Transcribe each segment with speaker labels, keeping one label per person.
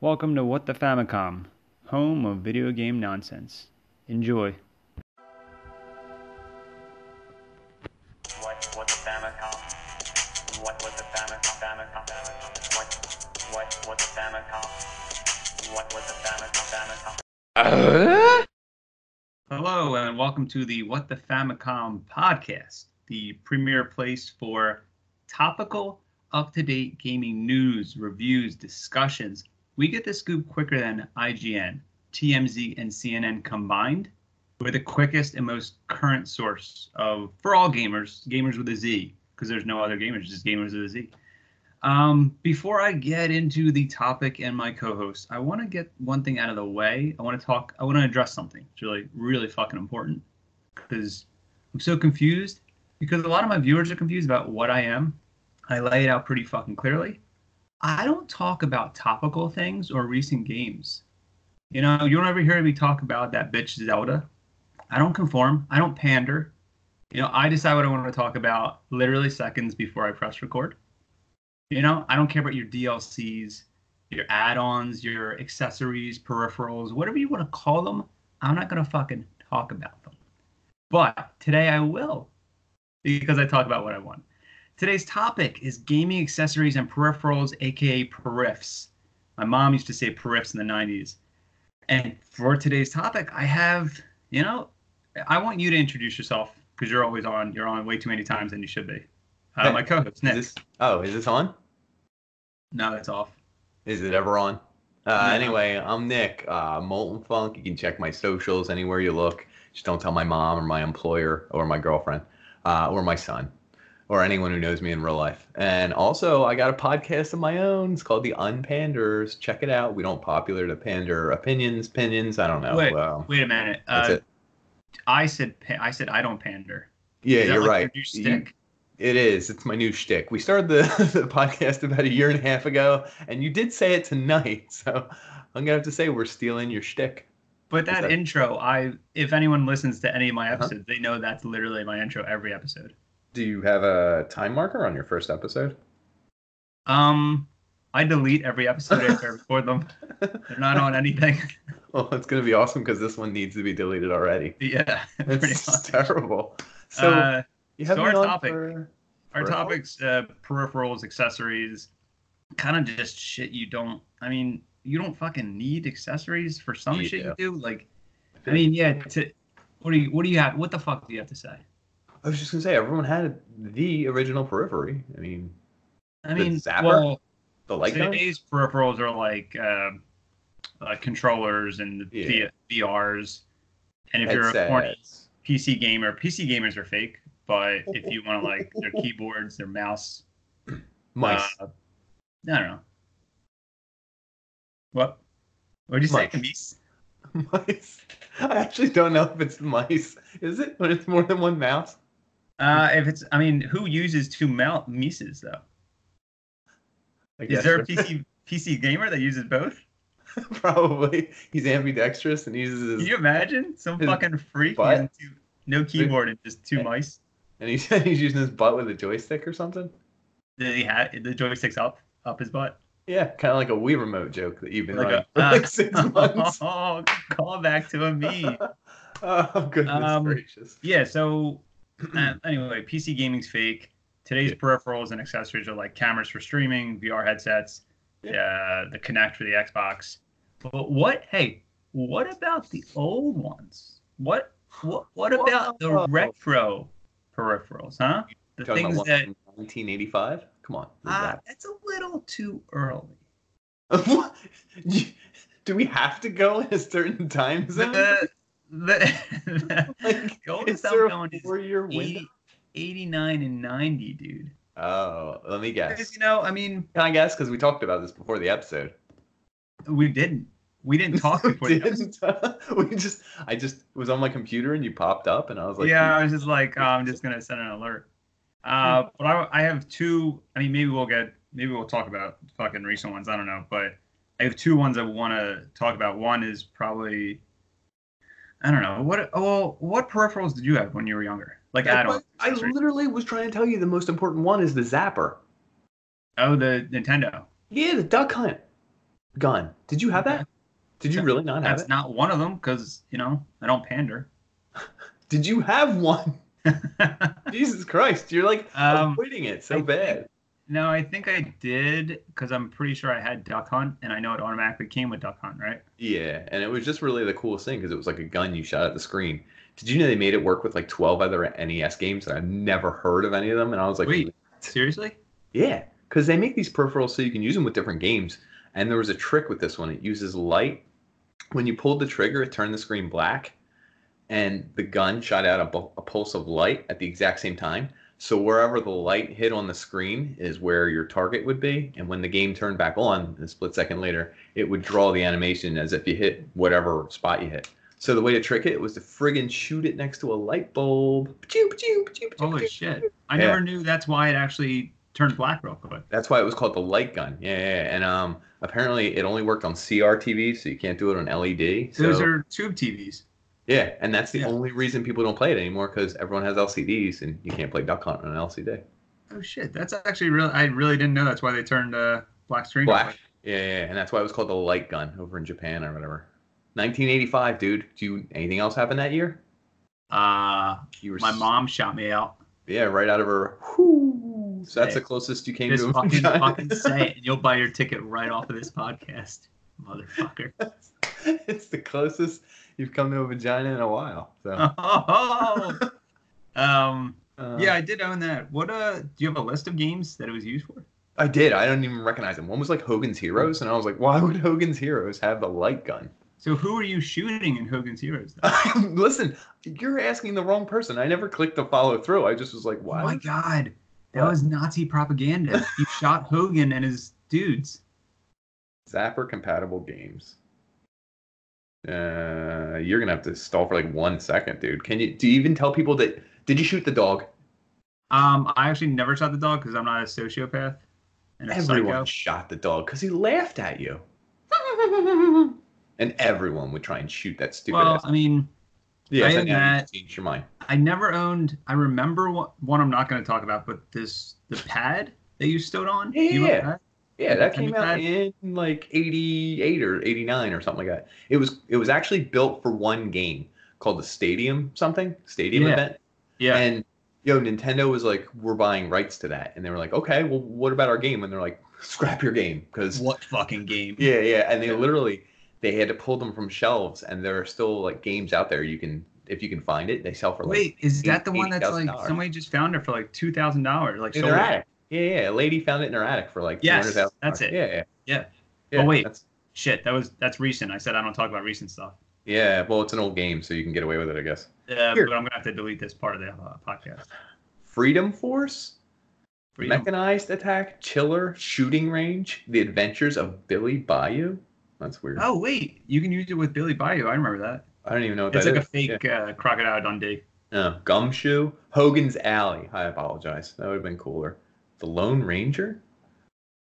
Speaker 1: Welcome to What the Famicom, home of video game nonsense. Enjoy.
Speaker 2: What was the Famicom? What was the Famicom? Famicom? Famicom? What? What was the Famicom? What was the Famicom? Famicom?
Speaker 3: Hello, and welcome to the What the Famicom podcast, the premier place for topical, up to date gaming news, reviews, discussions. We get the scoop quicker than IGN, TMZ, and CNN combined. We're the quickest and most current source of, for all gamers, gamers with a Z, because there's no other gamers, just gamers with a Z. Um, before I get into the topic and my co-host, I want to get one thing out of the way. I want to talk. I want to address something. It's really, really fucking important because I'm so confused. Because a lot of my viewers are confused about what I am. I lay it out pretty fucking clearly. I don't talk about topical things or recent games. You know, you don't ever hear me talk about that bitch Zelda. I don't conform. I don't pander. You know, I decide what I want to talk about literally seconds before I press record. You know, I don't care about your DLCs, your add-ons, your accessories, peripherals, whatever you want to call them. I'm not gonna fucking talk about them. But today I will, because I talk about what I want. Today's topic is gaming accessories and peripherals, aka periffs. My mom used to say periffs in the 90s. And for today's topic, I have, you know, I want you to introduce yourself because you're always on. You're on way too many times than you should be. Uh,
Speaker 4: Hey,
Speaker 3: my co-host, Nick.
Speaker 4: Is this, oh, is this on?
Speaker 3: No, that's off.
Speaker 4: Is it ever on? Uh,
Speaker 3: No.
Speaker 4: Anyway, I'm Nick, uh, Molten Funk. You can check my socials anywhere you look. Just don't tell my mom or my employer or my girlfriend uh, or my son or anyone who knows me in real life. And also, I got a podcast of my own. It's called The Unpanders. Check it out. We don't popular to pander opinions, pinions. I don't know.
Speaker 3: Wait,
Speaker 4: well,
Speaker 3: wait a minute.
Speaker 4: that's
Speaker 3: Uh,
Speaker 4: it.
Speaker 3: I said pa- I said I don't pander.
Speaker 4: Yeah,
Speaker 3: Is that
Speaker 4: you're
Speaker 3: like
Speaker 4: right.
Speaker 3: Your new
Speaker 4: You-
Speaker 3: stick?
Speaker 4: It is. It's my new shtick. We started the, the podcast about a year and a half ago, and you did say it tonight. So I'm gonna have to say we're stealing your shtick.
Speaker 3: but that,
Speaker 4: that-
Speaker 3: intro, I if anyone listens to any of my
Speaker 4: Uh-huh.
Speaker 3: episodes, they know that's literally my intro every episode.
Speaker 4: Do you have a time marker on your first episode?
Speaker 3: Um, I delete every episode after I record them. They're not on anything.
Speaker 4: Well, Oh, it's gonna be awesome because this one needs to be deleted already.
Speaker 3: yeah, pretty
Speaker 4: It's
Speaker 3: much.
Speaker 4: terrible. So
Speaker 3: uh,
Speaker 4: you have
Speaker 3: so
Speaker 4: me
Speaker 3: our
Speaker 4: on
Speaker 3: topic.
Speaker 4: for-
Speaker 3: our
Speaker 4: peripherals?
Speaker 3: topics: uh, peripherals, accessories, kind of just shit you don't. I mean, you don't fucking need accessories for some
Speaker 4: You
Speaker 3: shit you do. Like, I
Speaker 4: Yeah.
Speaker 3: mean, yeah. To, what do you What do you have? What the fuck do you have to say?
Speaker 4: I was just gonna say everyone had the original periphery. I mean,
Speaker 3: I
Speaker 4: The
Speaker 3: mean,
Speaker 4: zapper?
Speaker 3: well,
Speaker 4: the light gun.
Speaker 3: today's peripherals are like uh, uh, controllers and
Speaker 4: Yeah.
Speaker 3: v- VRs. And if you're a horny
Speaker 4: headsets.
Speaker 3: PC gamer, PC gamers are fake. But if you want to like their keyboards, their mouse,
Speaker 4: Mice.
Speaker 3: uh, I don't know. What? What did you say?
Speaker 4: Mice.
Speaker 3: Mice?
Speaker 4: mice. I actually don't know if it's mice. Is it when it's more than one mouse?
Speaker 3: Uh, if it's, I mean, who uses two mount Mises though?
Speaker 4: I
Speaker 3: Is
Speaker 4: guess
Speaker 3: there a
Speaker 4: so.
Speaker 3: PC PC gamer that uses both?
Speaker 4: probably he's ambidextrous and uses
Speaker 3: Can
Speaker 4: his,
Speaker 3: you imagine some
Speaker 4: His
Speaker 3: fucking freak
Speaker 4: butt?
Speaker 3: using two, no keyboard and just two mice?
Speaker 4: and he's, he's using his butt with a joystick or something?
Speaker 3: Did he had the joysticks up up his butt?
Speaker 4: Yeah, kind of like a Wii remote joke that you've been
Speaker 3: Like a-
Speaker 4: like, for like
Speaker 3: ah.
Speaker 4: six months.
Speaker 3: Oh, call back to a meme.
Speaker 4: oh goodness
Speaker 3: Um,
Speaker 4: gracious!
Speaker 3: Yeah. So uh, anyway, PC gaming's fake. Today's
Speaker 4: Yeah.
Speaker 3: peripherals and accessories are like cameras for streaming, VR headsets, uh, the Kinect for the Xbox. But what? Hey, what about the old ones? What? What? What about the
Speaker 4: Whoa.
Speaker 3: retro peripherals? Huh? The
Speaker 4: Talking
Speaker 3: things
Speaker 4: about
Speaker 3: that
Speaker 4: one from 1985. Come on. what is
Speaker 3: ah, that's a little too early.
Speaker 4: that? What? You- Do we have to go in a certain time zone?
Speaker 3: The, the,
Speaker 4: Like,
Speaker 3: the
Speaker 4: is
Speaker 3: oldest I'm
Speaker 4: there a
Speaker 3: going is E.
Speaker 4: four-year window?
Speaker 3: 80, 89 and 90, dude.
Speaker 4: Oh, let me guess.
Speaker 3: Because, you know, I mean,
Speaker 4: Can I guess? Because we talked about this before the episode.
Speaker 3: we didn't. We didn't talk before. the episode.
Speaker 4: Didn't, uh, we just, I just was on my computer and you popped up and I was like,
Speaker 3: yeah, I was just like, oh, I'm just going to send an alert.
Speaker 4: Hmm.
Speaker 3: Uh, but I, I have two. I mean, maybe we'll get, maybe we'll talk about fucking recent ones. I don't know. But I have two ones I want to talk about. One is probably, I don't know. What, oh, what peripherals did you have when you were younger? Like
Speaker 4: That's
Speaker 3: add-ons.
Speaker 4: why I literally was trying to tell you the most important one is the zapper.
Speaker 3: Oh, the Nintendo.
Speaker 4: Yeah, the duck hunt. gun. Did you have that? Did you really not have
Speaker 3: That's
Speaker 4: it?
Speaker 3: not one of them because you know I don't pander.
Speaker 4: Did you have one? Jesus Christ, you're like
Speaker 3: Um,
Speaker 4: avoiding it so
Speaker 3: I think-
Speaker 4: bad.
Speaker 3: no, I think I did because I'm pretty sure I had Duck Hunt, and I know it automatically came with Duck Hunt, right?
Speaker 4: Yeah, and it was just really the coolest thing because it was like a gun you shot at the screen. Did you know they made it work with like 12 other NES games and I've never heard of any of them? And I was like,
Speaker 3: Wait. Seriously?
Speaker 4: Yeah, because they make these peripherals so you can use them with different games. And there was a trick with this one. It uses light. When you pulled the trigger, it turned the screen black, and the gun shot out a, bu- a pulse of light at the exact same time. So wherever the light hit on the screen is where your target would be. And when the game turned back on, a split second later, it would draw the animation as if you hit whatever spot you hit. So the way to trick it was to friggin' shoot it next to a light bulb. Pachoo, pachoo, pachoo, pachoo,
Speaker 3: Holy
Speaker 4: pachoo.
Speaker 3: shit! I
Speaker 4: Yeah.
Speaker 3: never knew that's why it actually turned black real quick.
Speaker 4: That's why it was called the light gun. Yeah, yeah. yeah. And um, apparently it only worked on CR TVs, so you can't do it on LED. So
Speaker 3: Those are tube TVs.
Speaker 4: yeah, and that's the
Speaker 3: Yeah.
Speaker 4: only reason people don't play it anymore because everyone has LCDs and you can't play Duck Hunt on an LCD.
Speaker 3: Oh shit! That's actually real. I really didn't know that's why they turned uh, black screen. real
Speaker 4: Black.
Speaker 3: quick.
Speaker 4: Yeah, yeah, yeah. and that's why it was called the light gun over in Japan or whatever. 1985, dude. Do you anything else happen that year?
Speaker 3: Uh,
Speaker 4: You were
Speaker 3: my
Speaker 4: s-
Speaker 3: mom shot me out.
Speaker 4: Yeah, right out of her. Whoo. So that's
Speaker 3: Say
Speaker 4: the
Speaker 3: it.
Speaker 4: closest you came
Speaker 3: Just
Speaker 4: to a
Speaker 3: fucking,
Speaker 4: vagina.
Speaker 3: fucking say it, and you'll buy your ticket right off of this podcast, motherfucker.
Speaker 4: it's the closest you've come to a vagina in a while. So
Speaker 3: um,
Speaker 4: Oh. uh,
Speaker 3: yeah, I did own that. What uh, do you have a list of games that it was used for?
Speaker 4: I did. I don't even recognize him. One was like Hogan's Heroes, and I was like, why would Hogan's Heroes have the light gun?
Speaker 3: So who are you shooting in Hogan's Heroes?
Speaker 4: Uh,
Speaker 3: Though?
Speaker 4: Listen, you're asking the wrong person. I never clicked the follow through. I just was like,
Speaker 3: Oh my
Speaker 4: why?
Speaker 3: god, that
Speaker 4: What?
Speaker 3: was Nazi propaganda. he shot Hogan and his dudes.
Speaker 4: Zapper compatible games. Uh, you're gonna have to stall for like one second, dude. Can you do you even tell people that? Did you shoot the dog?
Speaker 3: Um, I actually never shot the dog because I'm not a sociopath and a
Speaker 4: Everyone
Speaker 3: psycho.
Speaker 4: shot the dog because he laughed at you, and everyone would try and shoot that stupid.
Speaker 3: Well,
Speaker 4: ass.
Speaker 3: I mean,
Speaker 4: yeah,
Speaker 3: I
Speaker 4: so
Speaker 3: am
Speaker 4: now you
Speaker 3: that-
Speaker 4: changed your mind.
Speaker 3: I never owned. I remember one, one I'm not going to talk about, but this the pad that you stood on.
Speaker 4: Yeah,
Speaker 3: You remember
Speaker 4: yeah,
Speaker 3: that?
Speaker 4: Yeah, that
Speaker 3: And
Speaker 4: came
Speaker 3: the
Speaker 4: out
Speaker 3: fact-
Speaker 4: in like '88 or '89 or something like that. It was it was actually built for one game called the Stadium something Stadium
Speaker 3: Yeah.
Speaker 4: event,
Speaker 3: yeah.
Speaker 4: and yo Nintendo was like, we're buying rights to that, and they were like, okay, well, what about our game? And they're like, scrap your game because
Speaker 3: what fucking game?
Speaker 4: yeah, yeah, and they
Speaker 3: Yeah.
Speaker 4: literally they had to pull them from shelves, and there are still like games out there you can if you can find it, they sell for like
Speaker 3: Wait, is that the one that's like
Speaker 4: $80,000?
Speaker 3: somebody just found it for like two thousand dollars? Like,
Speaker 4: in
Speaker 3: sold
Speaker 4: their
Speaker 3: it?
Speaker 4: attic. Yeah, yeah, a lady found it in her attic for like
Speaker 3: Yes,
Speaker 4: $200,000.
Speaker 3: that's it.
Speaker 4: Yeah, yeah,
Speaker 3: Yeah.
Speaker 4: yeah
Speaker 3: Oh, wait.
Speaker 4: that's-
Speaker 3: shit, that was that's recent. I said I don't talk about recent stuff.
Speaker 4: Yeah, well, it's an old game, so you can get away with it, I guess.
Speaker 3: Uh,
Speaker 4: Here.
Speaker 3: but I'm gonna have to delete this part of the uh, podcast.
Speaker 4: Freedom Force,
Speaker 3: Freedom.
Speaker 4: Mechanized Attack, Chiller, Shooting Range, The Adventures of Billy Bayou. That's weird.
Speaker 3: Oh wait, you can use it with Billy Bayou. I remember that.
Speaker 4: I don't even know what
Speaker 3: It's
Speaker 4: Oh, that
Speaker 3: like a
Speaker 4: is.
Speaker 3: fake uh, crocodile Dundee.
Speaker 4: Yeah. Uh, Gumshoe, Hogan's Alley. I apologize. That would have been cooler. The Lone Ranger,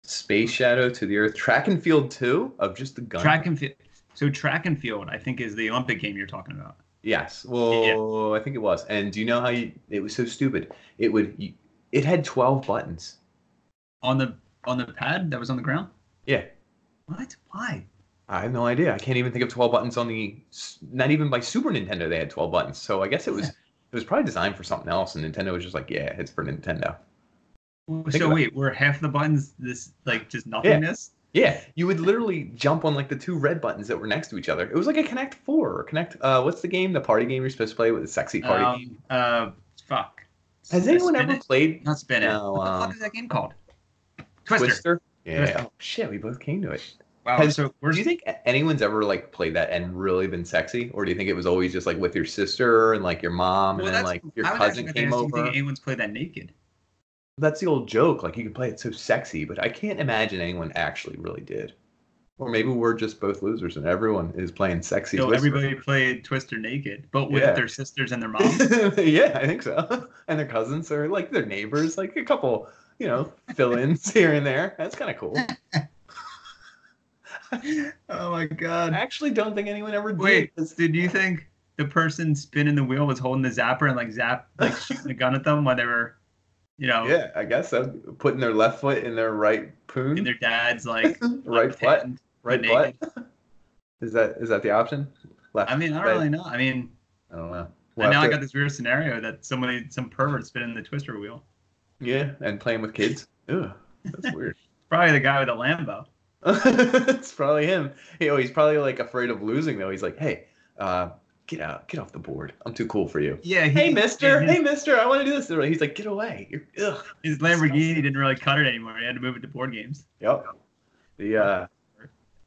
Speaker 4: Space Shadow to the Earth, Track and Field 2 of just the gun.
Speaker 3: Track and field. So track and field, I think, is the Olympic game you're talking about.
Speaker 4: Yes. Well, I think it was. And do you know how you, it was so stupid? It would, you, it had 12 buttons.
Speaker 3: On the on the pad that was on the ground.
Speaker 4: Yeah.
Speaker 3: What? Why?
Speaker 4: I have no idea. I can't even think of 12 buttons on the not even by Super Nintendo they had 12 buttons. So I guess it was it was probably designed for something else and Nintendo was just like, yeah, it's for Nintendo.
Speaker 3: so
Speaker 4: about-
Speaker 3: wait, were half the buttons this like just nothingness?
Speaker 4: Yeah, you would literally jump on like the two red buttons that were next to each other. It was like a Connect 4 or Connect uh what's the game, the party game you're supposed to play with the sexy party game.
Speaker 3: Um, uh, fuck.
Speaker 4: Has
Speaker 3: Spin
Speaker 4: anyone ever
Speaker 3: it?
Speaker 4: played
Speaker 3: Not spin
Speaker 4: No,
Speaker 3: it. What the
Speaker 4: um,
Speaker 3: fuck is that game called? Twister.
Speaker 4: Twister? Yeah.
Speaker 3: Twister.
Speaker 4: Oh, shit, we both came to it.
Speaker 3: Wow.
Speaker 4: Has-
Speaker 3: so
Speaker 4: Do
Speaker 3: where's
Speaker 4: you think anyone's ever like played that and really been sexy or do you think it was always just like with your sister and like your mom
Speaker 3: Well,
Speaker 4: and then
Speaker 3: that's-
Speaker 4: like your
Speaker 3: I was actually
Speaker 4: cousin
Speaker 3: gonna ask,
Speaker 4: came
Speaker 3: do you
Speaker 4: over?
Speaker 3: think anyone's played that naked?
Speaker 4: that's the old joke. Like you can play it so sexy, but I can't imagine anyone actually really did. Or maybe we're just both losers and everyone is playing sexy.
Speaker 3: So
Speaker 4: Whisper.
Speaker 3: everybody played Twister naked, but with
Speaker 4: Yeah.
Speaker 3: their sisters and their moms.
Speaker 4: yeah, I think so. And their cousins or like their neighbors, like a couple, you know, fill-ins here and there. That's kind of cool.
Speaker 3: oh my
Speaker 4: I
Speaker 3: god.
Speaker 4: actually don't think anyone ever did.
Speaker 3: Wait,
Speaker 4: 'cause-
Speaker 3: did you think the person spinning the wheel was holding the zapper and like zap like shooting the gun at them while they were you know
Speaker 4: Yeah, I guess so. Putting their left foot in their right poon,
Speaker 3: in their dad's like
Speaker 4: right foot.
Speaker 3: patent?
Speaker 4: Right
Speaker 3: naked.
Speaker 4: butt? Is that is that the option? Left.
Speaker 3: I mean, I don't
Speaker 4: right?
Speaker 3: really know. I mean,
Speaker 4: I don't know.
Speaker 3: and now I
Speaker 4: Left
Speaker 3: got
Speaker 4: or-
Speaker 3: this weird scenario that somebody, some pervert's been in the twister wheel.
Speaker 4: Yeah, and playing with kids. Ugh, that's weird.
Speaker 3: Probably the guy with the Lambo.
Speaker 4: it's probably him. You know, he's probably like afraid of losing though. He's like, hey, uh, get out, get off the board. I'm too cool for you.
Speaker 3: Yeah. He,
Speaker 4: Hey, mister.
Speaker 3: His,
Speaker 4: Hey, mister. I want to do this. He's like, get away. You're, ugh.
Speaker 3: his Lamborghini didn't really cut it anymore. He had to move it to board games.
Speaker 4: Yep. The uh,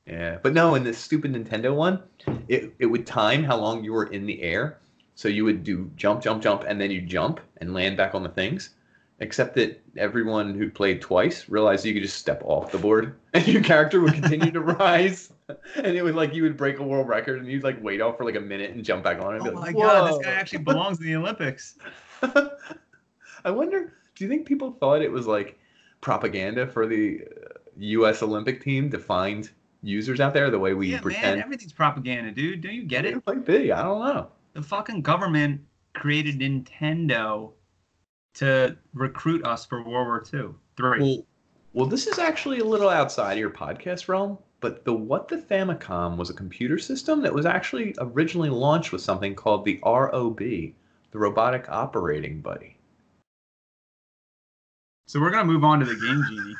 Speaker 4: yeah, but no, in this stupid Nintendo one, it it would time how long you were in the air. So you would do jump, jump, jump, and then you jump and land back on the things. Except that everyone who played twice realized you could just step off the board and your character would continue to rise. And it would like you would break a world record and you'd like wait off for like a minute and jump back on it. And be
Speaker 3: Oh my
Speaker 4: like,
Speaker 3: God, this
Speaker 4: "Whoa."
Speaker 3: guy actually belongs in the Olympics.
Speaker 4: I wonder, do you think people thought it was like propaganda for the uh, U.S. Olympic team to find users out there the way we
Speaker 3: yeah,
Speaker 4: pretend?
Speaker 3: man, everything's propaganda, dude. Don't you get it?
Speaker 4: it might be. I don't know.
Speaker 3: The fucking government created Nintendo to recruit us for World War II. Three.
Speaker 4: Well, well, this is actually a little outside your podcast realm, but the What the Famicom was a computer system that was actually originally launched with something called the ROB, the Robotic Operating Buddy.
Speaker 3: So we're gonna move on to the Game Genie.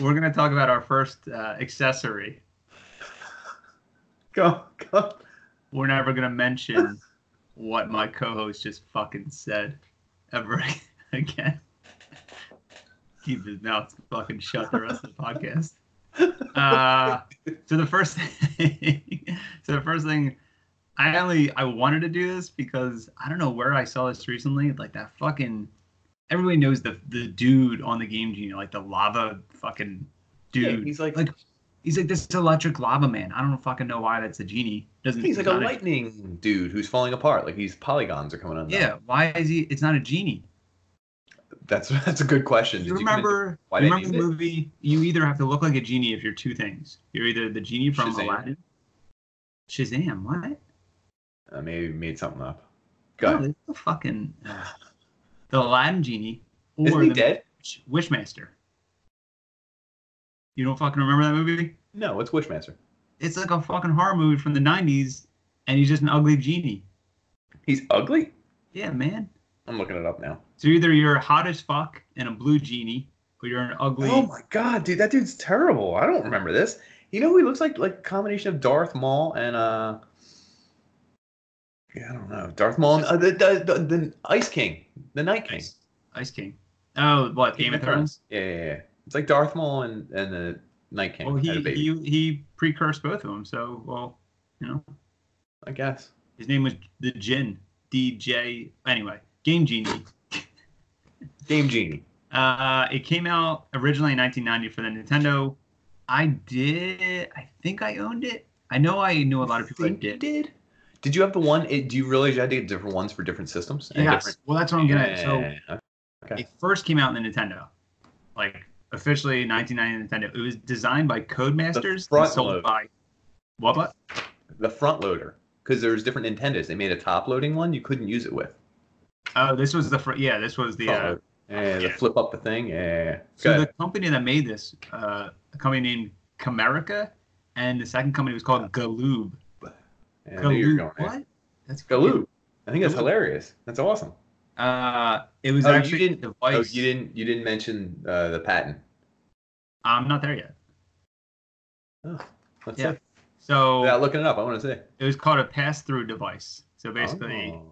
Speaker 3: We're gonna talk about our first uh, accessory.
Speaker 4: Go, go.
Speaker 3: We're never gonna mention what my co-host just fucking said ever again. Keep his mouth fucking shut the rest of the podcast. Uh, so the first thing, so the first thing, I only I wanted to do this because I don't know where I saw this recently. Like that fucking everybody knows the the dude on the Game Genie, like the lava fucking dude.
Speaker 4: Yeah, he's like,
Speaker 3: like he's like this electric lava man. I don't fucking know why that's a genie. Doesn't
Speaker 4: he's like a
Speaker 3: not
Speaker 4: lightning dude who's falling apart. Like these polygons are coming undone.
Speaker 3: Yeah, why is he? It's not a genie.
Speaker 4: That's that's a good question.
Speaker 3: You
Speaker 4: Did you commit to-
Speaker 3: remember?
Speaker 4: why
Speaker 3: you
Speaker 4: didn't
Speaker 3: remember the
Speaker 4: you use
Speaker 3: movie? You either have to look like a genie if you're two things. You're either the genie from
Speaker 4: Shazam.
Speaker 3: Aladdin. Shazam, what?
Speaker 4: I uh, maybe made something up. Go.
Speaker 3: No,
Speaker 4: ahead.
Speaker 3: it's the fucking uh, the Aladdin genie or
Speaker 4: Isn't he
Speaker 3: the
Speaker 4: dead?
Speaker 3: Wish- Wishmaster. You don't fucking remember that movie?
Speaker 4: No, it's Wishmaster.
Speaker 3: It's like a fucking horror movie from the '90s, and he's just an ugly genie.
Speaker 4: He's ugly.
Speaker 3: Yeah, man.
Speaker 4: I'm looking it up now.
Speaker 3: So either you're hot as fuck and a blue genie, or you're an ugly.
Speaker 4: Oh my god, dude, that dude's terrible. I don't remember this. You know who he looks like? Like combination of Darth Maul and uh. Yeah, I don't know. Darth Maul and uh, the, the, the the Ice King, the Night King.
Speaker 3: Ice, Ice King. Oh, what Game of Thrones?
Speaker 4: Yeah, yeah, yeah. It's like Darth Maul and and the Night King
Speaker 3: Well,
Speaker 4: had
Speaker 3: he,
Speaker 4: a baby.
Speaker 3: he he precursed both of them. So, well, you know,
Speaker 4: I guess.
Speaker 3: his name was the Jin DJ. Anyway, Game Genie.
Speaker 4: Game Genie.
Speaker 3: Uh, it came out originally in 1990 for the Nintendo. I did. I think I owned it. I know I knew a lot of people that
Speaker 4: Think you
Speaker 3: did.
Speaker 4: did. Did you have the one? It, do you realize you had to get different ones for different systems? and
Speaker 3: Yes.
Speaker 4: different-
Speaker 3: Well, that's what I'm gonna. So
Speaker 4: Yeah. Okay.
Speaker 3: it first came out in the Nintendo, like officially 1990 Nintendo. It was designed by Codemasters and
Speaker 4: front
Speaker 3: sold
Speaker 4: load.
Speaker 3: by what? what?
Speaker 4: the front loader because there's different Nintendos. They made a top loading one you couldn't use it with.
Speaker 3: Oh, this was the fr- yeah. This was the
Speaker 4: Front
Speaker 3: uh,
Speaker 4: loader. Yeah, the
Speaker 3: Yeah.
Speaker 4: flip up the thing. Yeah.
Speaker 3: So
Speaker 4: Go
Speaker 3: the company that made this, uh, a company named Comerica, and the second company was called Galoob.
Speaker 4: ahead. I knew you were going there.
Speaker 3: What? That's
Speaker 4: Galoo. I think that's
Speaker 3: Galoo.
Speaker 4: hilarious. That's awesome.
Speaker 3: Uh, it was
Speaker 4: Oh, you
Speaker 3: actually
Speaker 4: didn't-
Speaker 3: a device.
Speaker 4: Oh, you didn't you didn't mention uh, the patent.
Speaker 3: I'm not there yet.
Speaker 4: Oh, let's
Speaker 3: Yeah.
Speaker 4: see.
Speaker 3: So
Speaker 4: Without looking it up, I want to say.
Speaker 3: it was called a pass-through device. So basically,
Speaker 4: Oh.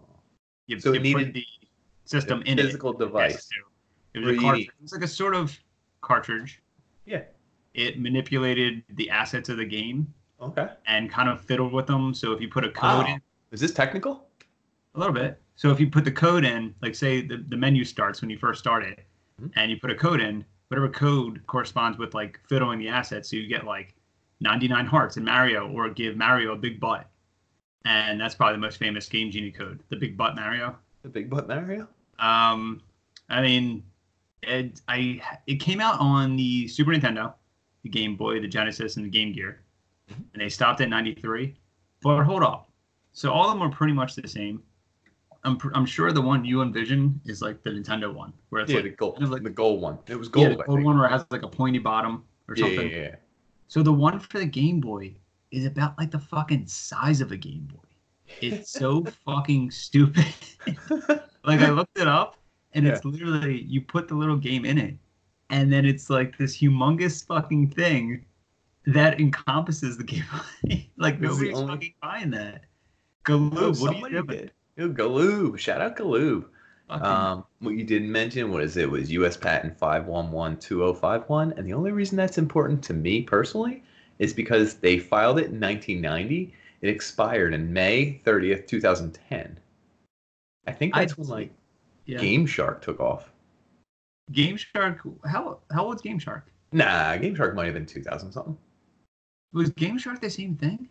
Speaker 3: you,
Speaker 4: So
Speaker 3: you
Speaker 4: it needed
Speaker 3: put the system
Speaker 4: A
Speaker 3: in it.
Speaker 4: physical device.
Speaker 3: It was a
Speaker 4: Really?
Speaker 3: cartridge. It was like a sort of cartridge.
Speaker 4: Yeah.
Speaker 3: It manipulated the assets of the game
Speaker 4: Okay.
Speaker 3: and kind of fiddled with them. So if you put a
Speaker 4: Wow.
Speaker 3: code in,
Speaker 4: Is this technical?
Speaker 3: A little bit. So if you put the code in, like say the, the menu starts when you first start it,
Speaker 4: Mhm.
Speaker 3: and you put a code in, whatever code corresponds with like fiddling the assets, so you get like 99 hearts in Mario, or give Mario a big butt. And that's probably the most famous Game Genie code, the big butt Mario.
Speaker 4: The big butt Mario.
Speaker 3: Um, I mean, it, I it came out on the Super Nintendo, the Game Boy, the Genesis, and the Game Gear,
Speaker 4: Mm-hmm.
Speaker 3: and they stopped at '93. But hold up, so all of them are pretty much the same. I'm pr- I'm sure the one you envision is like the Nintendo one, where it's
Speaker 4: yeah, the
Speaker 3: like
Speaker 4: gold.
Speaker 3: kind of like-
Speaker 4: the gold one. It was
Speaker 3: yeah,
Speaker 4: gold.
Speaker 3: the
Speaker 4: I
Speaker 3: gold
Speaker 4: think.
Speaker 3: one where it has like a pointy bottom or
Speaker 4: Yeah,
Speaker 3: something.
Speaker 4: yeah, yeah.
Speaker 3: So the one for the Game Boy is about like the fucking size of a Game Boy. It's so fucking stupid. like I looked it up and it's literally you put the little game in it and then it's like this humongous fucking thing that encompasses the Game Boy. like
Speaker 4: It's the
Speaker 3: nobody's
Speaker 4: only-
Speaker 3: fucking buying that. Galoob, what do you
Speaker 4: Somebody
Speaker 3: do? with
Speaker 4: did. Ooh, Galoob. Shout out Galoob.
Speaker 3: fucking-
Speaker 4: Um, what you didn't mention was it was U.S. Patent 5112051, and the only reason that's important to me personally is because they filed it in 1990. It expired in May 30th, 2010. I think
Speaker 3: I
Speaker 4: that's when
Speaker 3: see.
Speaker 4: like
Speaker 3: yeah.
Speaker 4: Game Shark took off.
Speaker 3: Game Shark. How how old's Game Shark?
Speaker 4: Nah, Game Shark might have been 2000 something.
Speaker 3: Was Game Shark the same thing?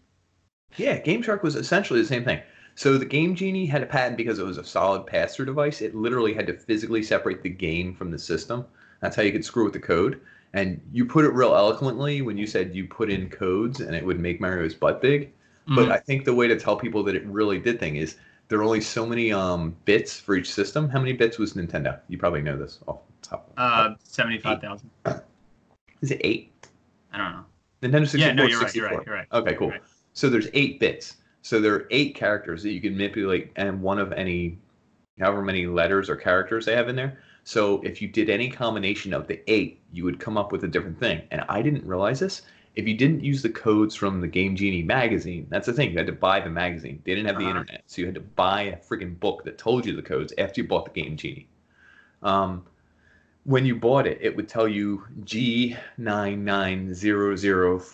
Speaker 4: Yeah, Game Shark was essentially the same thing. So the Game Genie had a patent because it was a solid pass-through device. It literally had to physically separate the game from the system. That's how you could screw with the code. And you put it real eloquently when you said you put in codes and it would make Mario's butt big.
Speaker 3: Mm-hmm.
Speaker 4: But I think the way to tell people that it really did thing is there are only so many um, bits for each system. How many bits was Nintendo? You probably know this off the top.
Speaker 3: uh, seventy-five thousand.
Speaker 4: is it eight?
Speaker 3: I don't know.
Speaker 4: Nintendo 64.
Speaker 3: Yeah, no, you're right.
Speaker 4: 64.
Speaker 3: You're right. You're right.
Speaker 4: Okay, cool.
Speaker 3: Right.
Speaker 4: So there's eight bits. So there are eight characters that you can manipulate, and one of any, however many letters or characters they have in there. So if you did any combination of the eight, you would come up with a different thing. And I didn't realize this. If you didn't use the codes from the Game Genie magazine, that's the thing. You had to buy the magazine. They didn't have the
Speaker 3: Uh-huh.
Speaker 4: internet, so you had to buy a freaking book that told you the codes after you bought the Game Genie. Um, when you bought it, it would tell you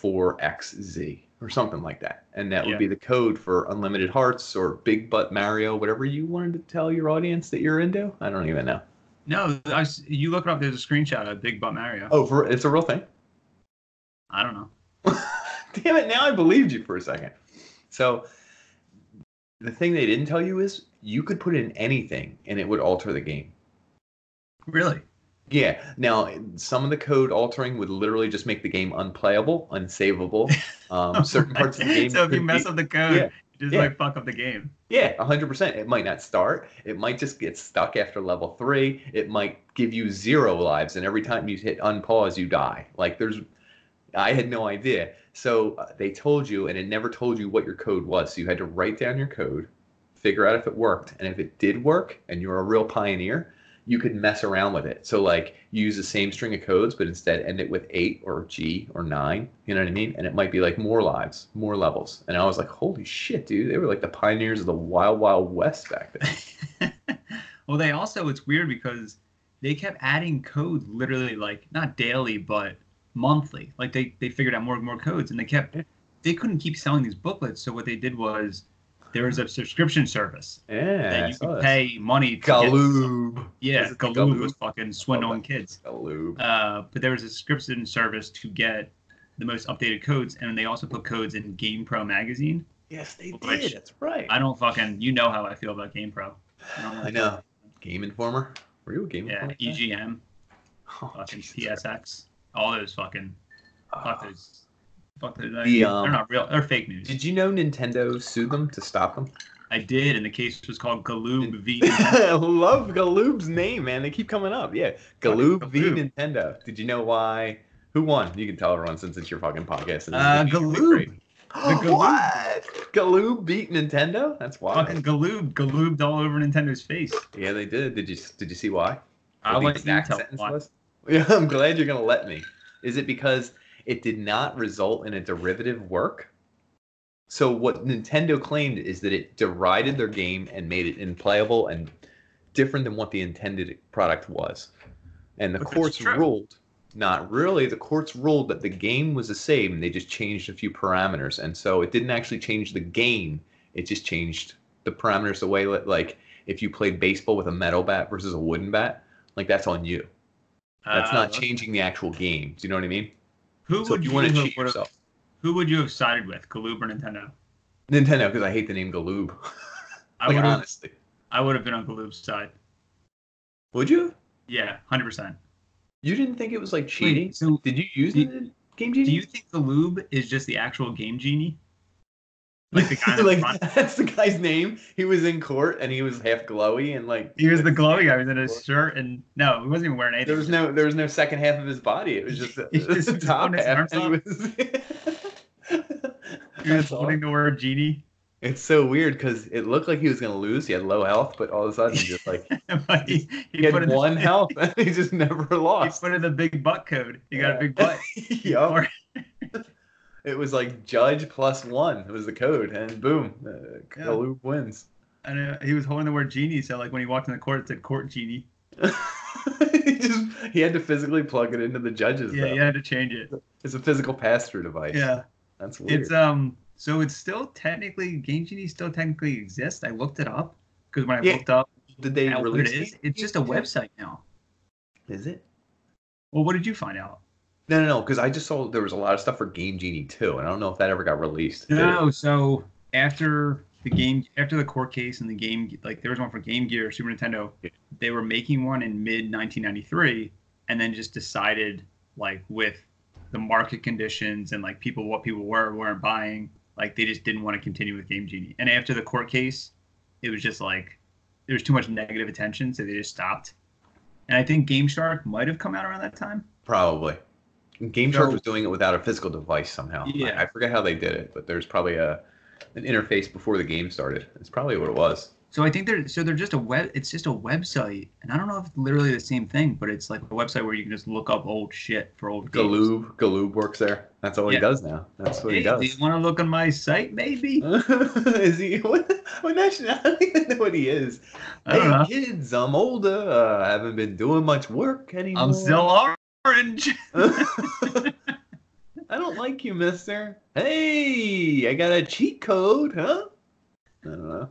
Speaker 4: G99004XZ or something like that. And that
Speaker 3: Yeah.
Speaker 4: would be the code for Unlimited Hearts or Big Butt Mario, whatever you wanted to tell your audience that you're into. I don't even know.
Speaker 3: No, I s you look it up. There's a screenshot of Big Butt Mario.
Speaker 4: Oh, for, it's a real thing.
Speaker 3: I don't know.
Speaker 4: Damn it, now I believed you for a second. So the thing they didn't tell you is you could put in anything and it would alter the game.
Speaker 3: Really?
Speaker 4: Yeah. Now, some of the code altering would literally just make the game unplayable, unsavable. Um, certain parts of the game.
Speaker 3: so if you
Speaker 4: could
Speaker 3: mess
Speaker 4: be-
Speaker 3: up the code,
Speaker 4: Yeah.
Speaker 3: you just
Speaker 4: Yeah.
Speaker 3: like fuck up the game.
Speaker 4: Yeah, 100%. It might not start. It might just get stuck after level three. It might give you zero lives, and every time you hit unpause, you die. Like, there's. I had no idea. So uh, they told you, and it never told you what your code was. So you had to write down your code, figure out if it worked. And if it did work, and you're a real pioneer, you could mess around with it. So, like, you use the same string of codes, but instead end it with eight or G or nine. You know what I mean? And it might be like more lives, more levels. And I was like, holy shit, dude. They were like the pioneers of the Wild Wild West back then.
Speaker 3: well, they also it's weird because they kept adding code literally like not daily but monthly. Like they they figured out more and more codes, and they kept they couldn't keep selling these booklets. So what they did was there was a subscription service
Speaker 4: Yeah.
Speaker 3: that
Speaker 4: I
Speaker 3: you
Speaker 4: saw
Speaker 3: could
Speaker 4: this.
Speaker 3: pay money to get-
Speaker 4: Galoob.
Speaker 3: Yeah,
Speaker 4: Was it the
Speaker 3: Galoob was
Speaker 4: Galoob?
Speaker 3: fucking swindling kids.
Speaker 4: Galoob.
Speaker 3: Uh, but there was a subscription service to get the most updated codes, and they also put codes in Game Pro magazine.
Speaker 4: yes, they
Speaker 3: which-
Speaker 4: did. That's right.
Speaker 3: I don't fucking you know how I feel about Game Pro. I, don't
Speaker 4: I know. Game Informer. Were you a Game
Speaker 3: Yeah,
Speaker 4: Informer? guy?
Speaker 3: EGM,
Speaker 4: Oh,
Speaker 3: fucking
Speaker 4: Jesus Christ.
Speaker 3: PSX, all those fucking fuck
Speaker 4: Ah.
Speaker 3: those, fuck those. I
Speaker 4: The,
Speaker 3: mean,
Speaker 4: um,
Speaker 3: they're not real. They're fake news.
Speaker 4: Did you know Nintendo sued them to stop them?
Speaker 3: I did, and the case was called Galoob v.
Speaker 4: I love Galoob's name, man. They keep coming up. Yeah. Galoob v
Speaker 3: Galoob.
Speaker 4: Nintendo. Did you know why? Who won? You can tell everyone since it's your fucking podcast. and
Speaker 3: Uh,
Speaker 4: it's usually
Speaker 3: Galoob.
Speaker 4: great.
Speaker 3: Galoob.
Speaker 4: What? Galoob beat Nintendo? That's wild.
Speaker 3: fucking Galoob, Galoobed all over Nintendo's face.
Speaker 4: Yeah, they did. Did you did you see why?
Speaker 3: I
Speaker 4: What the
Speaker 3: went to
Speaker 4: exact
Speaker 3: Intel.
Speaker 4: sentence
Speaker 3: Why?
Speaker 4: was? Yeah, I'm glad you're gonna let me. Is it because it did not result in a derivative work? So what Nintendo claimed is that it derided their game and made it unplayable and different than what the intended product was. And the
Speaker 3: Which is
Speaker 4: courts
Speaker 3: true.
Speaker 4: ruled, not really, the courts ruled that the game was the same. They just changed a few parameters. And so it didn't actually change the game. It just changed the parameters the way, that, like, if you played baseball with a metal bat versus a wooden bat, like, that's on you. That's
Speaker 3: Uh,
Speaker 4: not changing the actual game. Do you know what I mean?
Speaker 3: Who
Speaker 4: So
Speaker 3: would
Speaker 4: if
Speaker 3: you,
Speaker 4: you want to
Speaker 3: have
Speaker 4: cheat
Speaker 3: would've-
Speaker 4: yourself,
Speaker 3: Who would you have sided with, Galoob or Nintendo?
Speaker 4: Nintendo, because I hate the name Galoob.
Speaker 3: I
Speaker 4: like,
Speaker 3: would
Speaker 4: uh,
Speaker 3: have.
Speaker 4: honestly,
Speaker 3: I would have been on Galoob's side.
Speaker 4: would you?
Speaker 3: Yeah, hundred percent.
Speaker 4: You didn't think it was like cheating?
Speaker 3: so
Speaker 4: Did you use
Speaker 3: do-
Speaker 4: the Game
Speaker 3: do
Speaker 4: Genie?
Speaker 3: you think Galoob is just the actual game genie? Like the guy in
Speaker 4: like,
Speaker 3: front.
Speaker 4: that's the guy's name. He was in court and he was half glowy and like
Speaker 3: He was the glowy guy. He was in a shirt and no, he wasn't even wearing anything.
Speaker 4: There was no there was no second half of his body. It was just the
Speaker 3: He just
Speaker 4: the
Speaker 3: was
Speaker 4: top
Speaker 3: holding his
Speaker 4: half.
Speaker 3: arms
Speaker 4: and he
Speaker 3: up.
Speaker 4: was-
Speaker 3: He was
Speaker 4: That's all.
Speaker 3: holding the word genie.
Speaker 4: It's so weird because it looked like he was gonna lose. He had low health, but all of a sudden, just like
Speaker 3: But he, he
Speaker 4: he, had
Speaker 3: put in
Speaker 4: one
Speaker 3: the,
Speaker 4: health, and he just never
Speaker 3: He
Speaker 4: lost.
Speaker 3: put in the big butt code. He got
Speaker 4: Yeah.
Speaker 3: a big butt.
Speaker 4: Yup. It was like judge plus one. It was the code, and boom, uh,
Speaker 3: Yeah.
Speaker 4: Kalou wins.
Speaker 3: And uh, he was holding the word genie. So like when he walked in the court, it said court genie.
Speaker 4: he just he had to physically plug it into the judges.
Speaker 3: Yeah,
Speaker 4: though.
Speaker 3: you had to change it.
Speaker 4: It's a physical pass through device.
Speaker 3: Yeah.
Speaker 4: that's weird.
Speaker 3: It's um so it's still technically Game Genie still technically exists. I looked it up because when I
Speaker 4: Yeah,
Speaker 3: looked up
Speaker 4: Did they
Speaker 3: how what
Speaker 4: release
Speaker 3: it is,
Speaker 4: it?
Speaker 3: it's just a website now.
Speaker 4: Is it?
Speaker 3: Well, what did you find out?
Speaker 4: No, no, no. Because I just saw there was a lot of stuff for Game Genie too, and I don't know if that ever got released.
Speaker 3: No, so after the game after the court case and the game like there was one for Game Gear, Super Nintendo.
Speaker 4: Yeah.
Speaker 3: They were making one in mid 1993 and then just decided like with the market conditions and like people what people were weren't buying, like they just didn't want to continue with Game Genie. And after the court case, it was just like there was too much negative attention, so they just stopped. And I think Game Shark might have come out around that time.
Speaker 4: Probably. Game Shark
Speaker 3: So-
Speaker 4: was doing it without a physical device somehow. I-
Speaker 3: Yeah.
Speaker 4: I, forget how they did it, but there's probably a an interface before the game started. It's probably what it was.
Speaker 3: So I think they're so they're just a web. It's just a website, and I don't know if it's literally the same thing, but it's like a website where you can just look up old shit for old games.
Speaker 4: Galoob, Galoob works there. That's all he
Speaker 3: Yeah.
Speaker 4: does now. That's what he
Speaker 3: Hey, do you
Speaker 4: does.
Speaker 3: want to look on my site, maybe?
Speaker 4: is he what, what nationality? I don't even know what he is.
Speaker 3: I don't
Speaker 4: hey
Speaker 3: know.
Speaker 4: kids, I'm older. Uh, I haven't been doing much work anymore.
Speaker 3: I'm still orange.
Speaker 4: I don't like you, mister. Hey, I got a cheat code, huh? I don't know.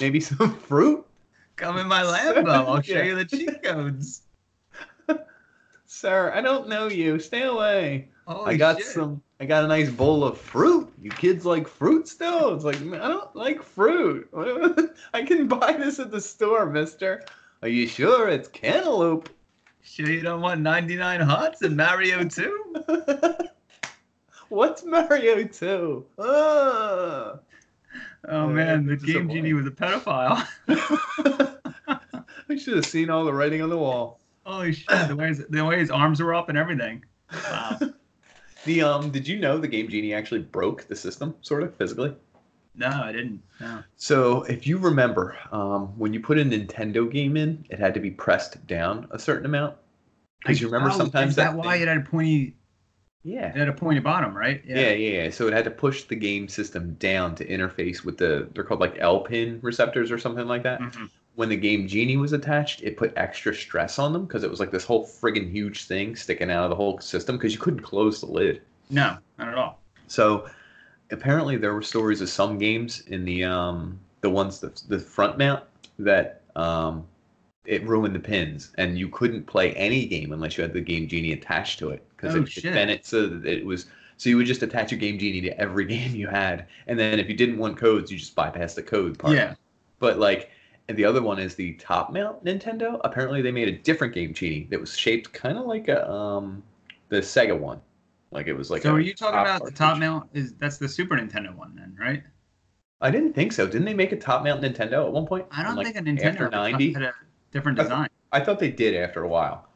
Speaker 4: Maybe some fruit?
Speaker 3: Come in my Lambo. I'll show
Speaker 4: Yeah.
Speaker 3: you the cheat codes.
Speaker 4: Sir, I don't know you. Stay away.
Speaker 3: Holy
Speaker 4: I got
Speaker 3: shit.
Speaker 4: some I got a nice bowl of fruit. You kids like fruit still? It's like "Man, I don't like fruit. I can buy this at the store, mister. Are you sure it's cantaloupe?
Speaker 3: Sure you don't want 99 Hots and Mario 2?
Speaker 4: What's Mario 2? Ah.
Speaker 3: Oh
Speaker 4: Yeah,
Speaker 3: man, the
Speaker 4: this is
Speaker 3: Game
Speaker 4: annoying.
Speaker 3: Genie was a pedophile.
Speaker 4: I should have seen all the writing on the wall.
Speaker 3: Holy shit, the way, his, the way his arms were up and everything. Wow.
Speaker 4: The um, did you know the Game Genie actually broke the system, sort of physically?
Speaker 3: No, I didn't. No.
Speaker 4: So if you remember, um, when you put a Nintendo game in, it had to be pressed down a certain amount. Because you remember
Speaker 3: Oh,
Speaker 4: sometimes
Speaker 3: is that,
Speaker 4: that
Speaker 3: why
Speaker 4: thing-
Speaker 3: it had a pointy
Speaker 4: Yeah.
Speaker 3: it had a pointy bottom, right?
Speaker 4: Yeah. yeah, yeah, So it had to push the game system down to interface with the they're called like L pin receptors or something like that.
Speaker 3: Mhm.
Speaker 4: When the game Genie was attached, it put extra stress on them because it was like this whole friggin' huge thing sticking out of the whole system because you couldn't close the lid.
Speaker 3: No, not at all.
Speaker 4: So apparently there were stories of some games in the um the ones the, the front mount that um it ruined the pins and you couldn't play any game unless you had the game genie attached to it because
Speaker 3: Oh,
Speaker 4: it,
Speaker 3: shit.
Speaker 4: it then it so that it was so you would just attach your game genie to every game you had and then if you didn't want codes you just bypassed the code part
Speaker 3: Yeah.
Speaker 4: but like and the other one is the top mount Nintendo. Apparently they made a different game genie that was shaped kind of like a um the Sega one. Like it was like
Speaker 3: so
Speaker 4: a
Speaker 3: are you talking
Speaker 4: top
Speaker 3: about the
Speaker 4: cartridge.
Speaker 3: top mount is that's the Super Nintendo one then, right?
Speaker 4: I didn't think so. Didn't they make a top mount Nintendo at one point?
Speaker 3: I don't
Speaker 4: Like,
Speaker 3: think a Nintendo
Speaker 4: after
Speaker 3: at the time
Speaker 4: 90?
Speaker 3: had a different
Speaker 4: I thought-
Speaker 3: design.
Speaker 4: I thought they did after a while.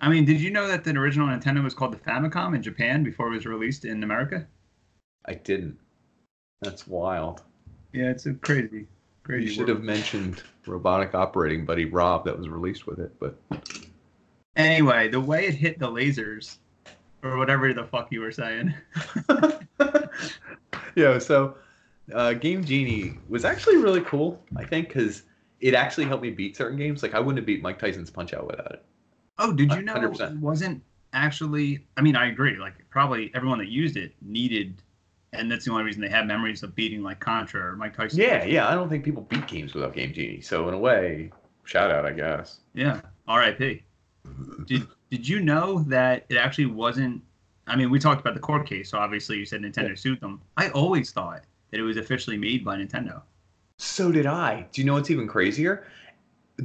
Speaker 3: I mean, did you know that the original Nintendo was called the Famicom in Japan before it was released in America?
Speaker 4: I didn't. That's wild.
Speaker 3: Yeah, it's a crazy, crazy.
Speaker 4: You should
Speaker 3: world.
Speaker 4: have mentioned robotic operating buddy Rob that was released with it, but
Speaker 3: Anyway, the way it hit the lasers, or whatever the fuck you were saying.
Speaker 4: yeah, so uh, Game Genie was actually really cool, I think, because it actually helped me beat certain games. Like, I wouldn't have beat Mike Tyson's Punch Out without it.
Speaker 3: Oh, did you know it
Speaker 4: 100%.
Speaker 3: wasn't actually? I mean, I agree. Like, probably everyone that used it needed, and that's the only reason they have memories of beating like Contra or Mike Tyson.
Speaker 4: Yeah, yeah, I don't think people beat games without Game Genie. So, in a way, shout out, I guess.
Speaker 3: Yeah. R.I.P. Did Did you know that it actually wasn't? I mean, we talked about the court case, so obviously you said Nintendo sued them. I always thought that it was officially made by Nintendo.
Speaker 4: So did I. Do you know what's even crazier?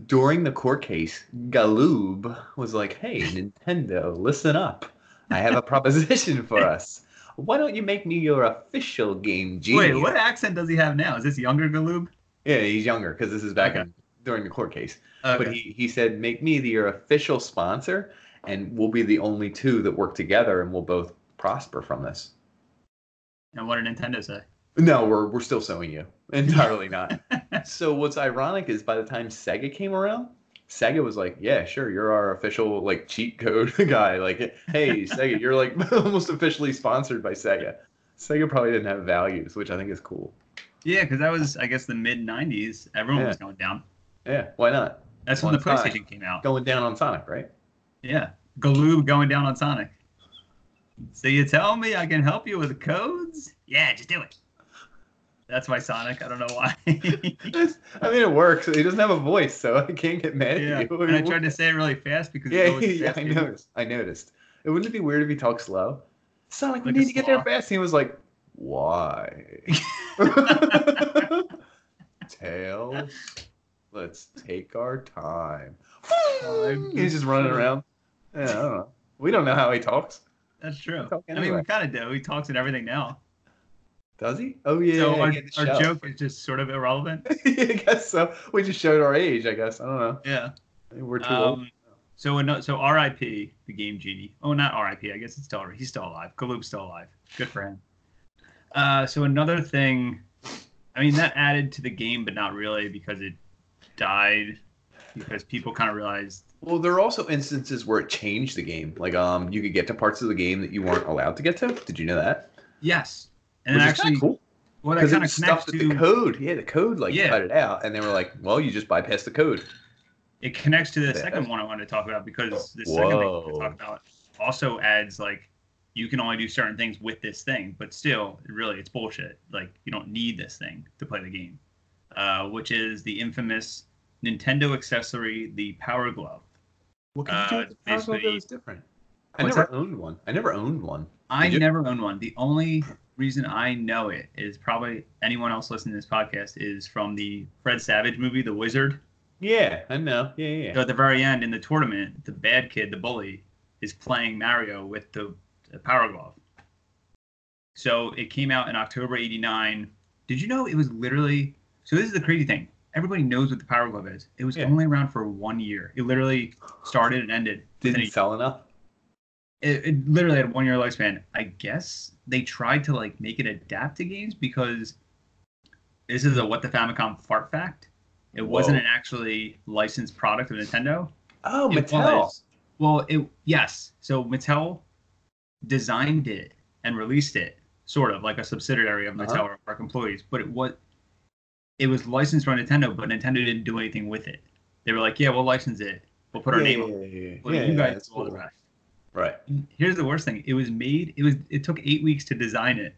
Speaker 4: During the court case, Galoob was like, hey, Nintendo, listen up. I have a proposition for us. Why don't you make me your official game
Speaker 3: Wait,
Speaker 4: genius?
Speaker 3: what accent does he have now? Is this younger Galoob?
Speaker 4: Yeah, he's younger because this is back
Speaker 3: Okay.
Speaker 4: in, during the court case. But
Speaker 3: Okay.
Speaker 4: he, he said, make me the, your official sponsor, and we'll be the only two that work together, and we'll both prosper from this.
Speaker 3: and what did Nintendo say?
Speaker 4: No, we're, we're still suing you. Entirely not. so what's ironic is by the time Sega came around, Sega was like, yeah, sure, you're our official like cheat code guy. Like, hey, Sega, you're like almost officially sponsored by Sega. Sega probably didn't have values, which I think is cool.
Speaker 3: Yeah, because that was, I guess, the mid '90s. Everyone
Speaker 4: Yeah.
Speaker 3: was going down.
Speaker 4: Yeah, why not?
Speaker 3: That's when the
Speaker 4: Well, it's
Speaker 3: PlayStation came out.
Speaker 4: Going down on Sonic, right?
Speaker 3: Yeah, Galoob going down on Sonic. So you tell me I can help you with codes? Yeah, just do it. That's why Sonic. I don't know why.
Speaker 4: It's- I mean, it works. He doesn't have a voice, so I can't get mad
Speaker 3: yeah,
Speaker 4: at you.
Speaker 3: and I tried to say it really fast because
Speaker 4: Yeah,
Speaker 3: it goes
Speaker 4: yeah,
Speaker 3: fast
Speaker 4: I
Speaker 3: forward.
Speaker 4: noticed. I noticed. It wouldn't it be weird if he talked slow? Sonic,
Speaker 3: Like a
Speaker 4: we need to get there
Speaker 3: sloth.
Speaker 4: fast. And he was like, "Why?" Tails, let's take our time.
Speaker 3: I'm
Speaker 4: He's just running
Speaker 3: sure.
Speaker 4: around. Yeah, I don't know. We don't know how he talks.
Speaker 3: That's true.
Speaker 4: Talk
Speaker 3: I mean,
Speaker 4: anyway.
Speaker 3: we kind of do. He talks and everything now.
Speaker 4: Does he? Oh yeah.
Speaker 3: so our,
Speaker 4: yeah, the
Speaker 3: our
Speaker 4: shell.
Speaker 3: joke is just sort of irrelevant.
Speaker 4: I guess so. We just showed our age. I guess I don't know.
Speaker 3: Yeah.
Speaker 4: We're too old.
Speaker 3: Um, so ano- so R.I.P. the game genie. Oh, not R.I.P. I guess it's still he's still alive. Galoop's still alive. Good for him. Uh, so another thing, I mean that added to the game, but not really because it died because people kind of realized
Speaker 4: Well, there are also instances where it changed the game. Like, um, you could get to parts of the game that you weren't allowed to get to. Did you know that?
Speaker 3: yes, and
Speaker 4: Which is kinda
Speaker 3: actually
Speaker 4: cool.
Speaker 3: well that
Speaker 4: because it
Speaker 3: kind
Speaker 4: was
Speaker 3: of
Speaker 4: stuff
Speaker 3: connects
Speaker 4: that the
Speaker 3: to
Speaker 4: code, yeah, the code like
Speaker 3: Yeah.
Speaker 4: cut it out, and they were like, "Well, you just bypassed the code."
Speaker 3: it connects to the
Speaker 4: Yeah. Oh,
Speaker 3: second one I wanted to talk about because the second thing I wanted to
Speaker 4: Whoa.
Speaker 3: talk about also adds like you can only do certain things with this thing, but still, really, it's bullshit. Like you don't need this thing to play the game, uh, which is the infamous Nintendo accessory, the Power Glove.
Speaker 4: What
Speaker 3: could you do Uh, with the Power Glove that basically- was
Speaker 4: different? I
Speaker 3: What's
Speaker 4: never owned one. I never owned one.
Speaker 3: I
Speaker 4: Did you-
Speaker 3: never owned one. The only reason I know it is probably anyone else listening to this podcast is from the Fred Savage movie, The Wizard.
Speaker 4: Yeah, I know. Yeah, yeah.
Speaker 3: So at the very end in the tournament, the bad kid, the bully, is playing Mario with the, the Power Glove. So it came out in October '89. Did you know it was literally? So this is the crazy thing. Everybody knows what the Power Glove is. It was
Speaker 4: Yeah.
Speaker 3: only around for one year. It literally started and ended. within a
Speaker 4: Didn't sell enough.
Speaker 3: it, it literally had one year lifespan. I guess they tried to like make it adapt to games because this is a what the Famicom fart fact. It wasn't
Speaker 4: Whoa.
Speaker 3: an actually licensed product of Nintendo.
Speaker 4: Oh,
Speaker 3: It
Speaker 4: Mattel.
Speaker 3: was. Well, it yes. So Mattel designed it and released it, sort of like a subsidiary of Mattel
Speaker 4: Uh-huh.
Speaker 3: or Park employees. But it was it was licensed by Nintendo, but Nintendo didn't do anything with it. They were like, "Yeah, we'll license it. We'll put our
Speaker 4: yeah,
Speaker 3: name on it.
Speaker 4: yeah, yeah,
Speaker 3: Well,
Speaker 4: yeah,
Speaker 3: you
Speaker 4: yeah,
Speaker 3: guys
Speaker 4: that's
Speaker 3: do all the
Speaker 4: cool.
Speaker 3: rest."
Speaker 4: Right.
Speaker 3: Here's the worst thing: it was made. It was. It took eight weeks to design it.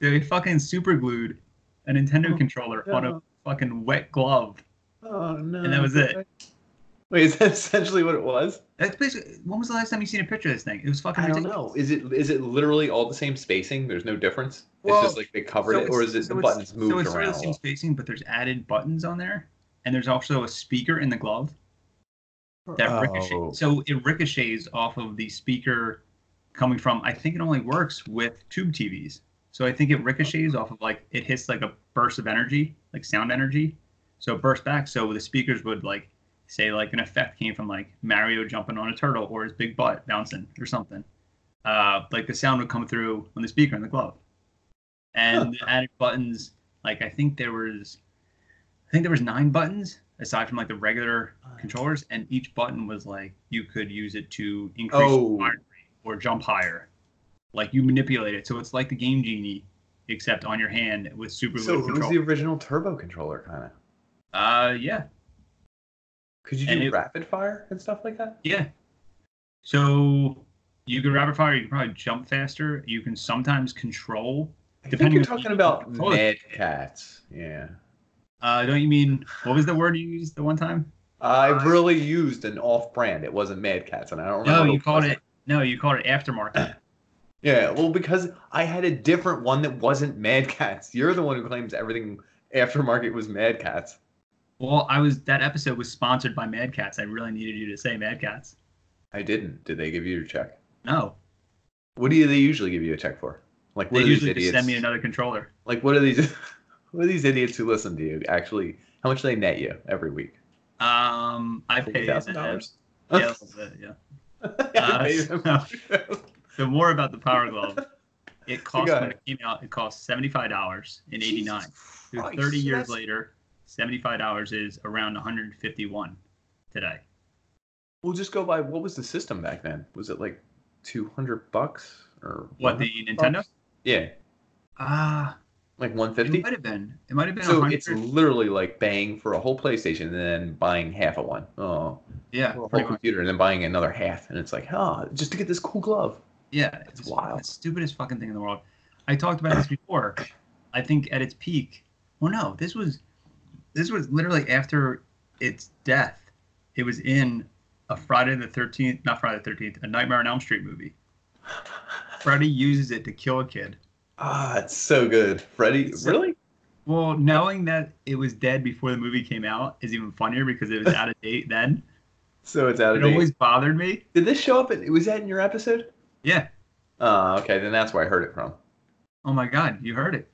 Speaker 3: They fucking super glued a Nintendo
Speaker 4: Oh,
Speaker 3: controller on a
Speaker 4: no.
Speaker 3: fucking wet glove.
Speaker 4: Oh no.
Speaker 3: And that was it.
Speaker 4: Wait, is that essentially what it was?
Speaker 3: That's basically. When was the last time you seen a picture of this thing? It was fucking.
Speaker 4: I don't
Speaker 3: ridiculous.
Speaker 4: know. Is it is it literally all the same spacing? There's no difference.
Speaker 3: Well,
Speaker 4: it's just like they covered it, or
Speaker 3: it's-
Speaker 4: is it the
Speaker 3: it's-
Speaker 4: buttons moved
Speaker 3: so it's Sort
Speaker 4: around?
Speaker 3: of the
Speaker 4: a
Speaker 3: same
Speaker 4: lot?
Speaker 3: spacing, but there's added buttons on there, and there's also a speaker in the glove that
Speaker 4: Oh.
Speaker 3: ricochets. So it ricochets off of the speaker coming from. I think it only works with tube TVs. So I think it ricochets off of like it hits like a burst of energy, like sound energy. So it bursts back. So the speakers would like say like an effect came from like Mario jumping on a turtle or his big butt bouncing or something. Uh, like the sound would come through on the speaker in the glove, and the added buttons. Like I think there was, I think there was nine buttons aside from like the regular controllers, and each button was like you could use it to increase
Speaker 4: Oh.
Speaker 3: the fire rate or jump higher. Like you manipulate it, so it's like the game genie, except on your hand with super
Speaker 4: So
Speaker 3: glue
Speaker 4: it was the
Speaker 3: control.
Speaker 4: original turbo controller, kind of.
Speaker 3: Uh, yeah,
Speaker 4: Could you
Speaker 3: And
Speaker 4: do
Speaker 3: it-
Speaker 4: rapid fire and stuff like that?
Speaker 3: Yeah. So you can rapid fire. You can probably jump faster. You can sometimes control.
Speaker 4: I think
Speaker 3: Depending
Speaker 4: you're
Speaker 3: on
Speaker 4: talking
Speaker 3: people
Speaker 4: about
Speaker 3: control it.
Speaker 4: mad cats. Yeah.
Speaker 3: Uh, don't you mean what was the word you used the one time?
Speaker 4: I really used an off-brand. It wasn't mad cats, and I don't
Speaker 3: No,
Speaker 4: remember.
Speaker 3: Oh, you
Speaker 4: what
Speaker 3: called
Speaker 4: was.
Speaker 3: it. No, you called it aftermarket.
Speaker 4: Yeah, well, because I had a different one that wasn't mad cats. You're the one who claims everything aftermarket was mad cats.
Speaker 3: Well, I was that episode was sponsored by Mad Cats. I really needed you to say Mad Cats.
Speaker 4: I didn't. Did they give you your check?
Speaker 3: No,
Speaker 4: What do you, they usually give you a check for? Like what
Speaker 3: They
Speaker 4: are these
Speaker 3: usually just
Speaker 4: idiots?
Speaker 3: send me another controller.
Speaker 4: like what are these? What are these idiots who listen to you actually? How much do they net you every week?
Speaker 3: Um, I pay
Speaker 4: thousand dollars.
Speaker 3: Yeah, a little bit, yeah. Uh, So more about the Power Glove. It cost
Speaker 4: Okay.
Speaker 3: when it came out. It cost seventy five dollars and eighty nine. Through
Speaker 4: Christ,
Speaker 3: thirty
Speaker 4: so
Speaker 3: years
Speaker 4: that's-
Speaker 3: later, seventy five dollars is around one hundred fifty one today.
Speaker 4: We'll just go by what was the system back then? Was it like two hundred bucks or
Speaker 3: What
Speaker 4: 100
Speaker 3: the Nintendo?
Speaker 4: bucks? Yeah,
Speaker 3: Ah,
Speaker 4: like one
Speaker 3: it
Speaker 4: fifty.
Speaker 3: might have been. It might have been.
Speaker 4: So
Speaker 3: 100.
Speaker 4: it's literally like paying for a whole PlayStation and then buying half of one. Oh,
Speaker 3: yeah,
Speaker 4: or a whole
Speaker 3: pretty much.
Speaker 4: computer and then buying another half, and it's like, oh, just to get this cool glove.
Speaker 3: Yeah,
Speaker 4: That's
Speaker 3: it's
Speaker 4: wild.
Speaker 3: the stupidest fucking thing in the world. I talked about this before. I think at its peak. Well, no, this was this was literally after its death. It was in a Friday the Thirteenth, not Friday the Thirteenth, a Nightmare on Elm Street movie. Freddy uses it to kill a kid.
Speaker 4: Ah, it's so good, Freddy.
Speaker 3: It's so-
Speaker 4: Really?
Speaker 3: Well, knowing that it was dead before the movie came out is even funnier because it was out of date then.
Speaker 4: So it's out of
Speaker 3: It
Speaker 4: date.
Speaker 3: always bothered me.
Speaker 4: Did this show up? In, was that in your episode?
Speaker 3: Yeah.
Speaker 4: Uh, okay, then that's where I heard it from.
Speaker 3: Oh my God, you heard it.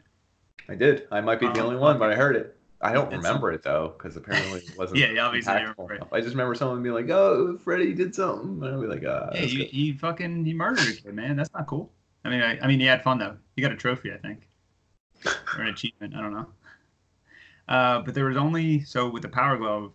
Speaker 4: I did. I might be the
Speaker 3: Oh,
Speaker 4: only one, but I heard it. I don't
Speaker 3: That's-
Speaker 4: remember it though, because apparently it wasn't.
Speaker 3: Yeah, yeah, obviously I
Speaker 4: impactful
Speaker 3: remember it.
Speaker 4: enough. I just remember someone being like, "Oh, Freddie did something," and I'll be like, "Uh,
Speaker 3: Yeah,
Speaker 4: that's
Speaker 3: he,
Speaker 4: good.
Speaker 3: he fucking he murdered a kid, man. That's not cool. I mean, I, I mean, he had fun though. He got a trophy, I think, or an achievement. I don't know. Uh, but there was only so with the Power Glove,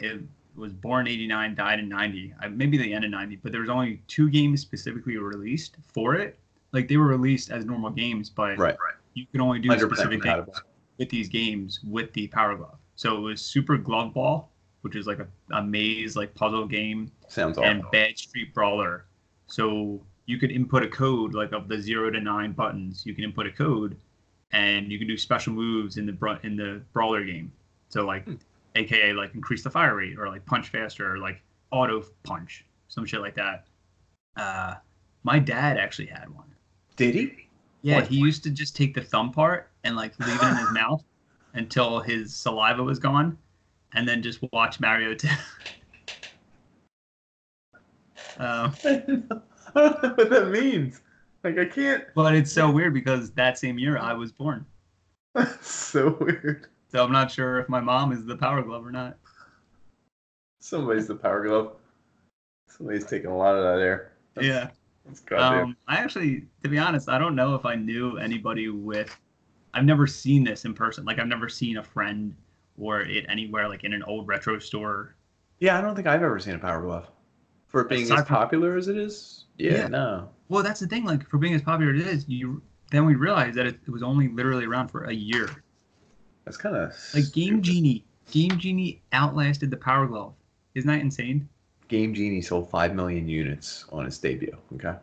Speaker 3: it was born '89, died in '90, maybe the end of '90. But there was only two games specifically released for it. Like they were released as normal games, but
Speaker 4: Right.
Speaker 3: you could only do
Speaker 4: 100%
Speaker 3: specific things
Speaker 4: compatible."
Speaker 3: with these games with the Power Glove. So it was Super Glove Ball, which is like a, a maze like puzzle game
Speaker 4: Sounds awful.
Speaker 3: and Bad Street Brawler. So you could input a code like of the zero to nine buttons. You can input a code, and you can do special moves in the bra- in the brawler game. So like,
Speaker 4: Hmm.
Speaker 3: AKA like increase the fire rate, or like punch faster, or like auto punch, some shit like that. Uh, my dad actually had one.
Speaker 4: Did he?
Speaker 3: Yeah, he used to just take the thumb part and like leave it in his mouth until his saliva was gone, and then just watch Mario. T- um,
Speaker 4: I don't know what that means. Like, I can't.
Speaker 3: but it's so weird because that same year I was born,
Speaker 4: That's so weird.
Speaker 3: so I'm not sure if my mom is the Power Glove or not.
Speaker 4: Somebody's the power glove. Somebody's taking a lot of that air. That's,
Speaker 3: yeah.
Speaker 4: That's goddamn.
Speaker 3: Um, I actually, to be honest, I don't know if I knew anybody with. I've never seen this in person. Like I've never seen a friend or it anywhere, like in an old retro store.
Speaker 4: yeah, I don't think I've ever seen a power glove. For it being
Speaker 3: Aside
Speaker 4: as
Speaker 3: from-
Speaker 4: popular as it is?
Speaker 3: Yeah.
Speaker 4: yeah. no.
Speaker 3: Well, that's the thing. Like for being as popular as it is, you then we realized that it, it was only literally around for a year.
Speaker 4: That's kind of
Speaker 3: Like Game Genie, Game Genie outlasted the Power Glove. Isn't that insane?
Speaker 4: Game Genie sold five million units on its debut. Okay,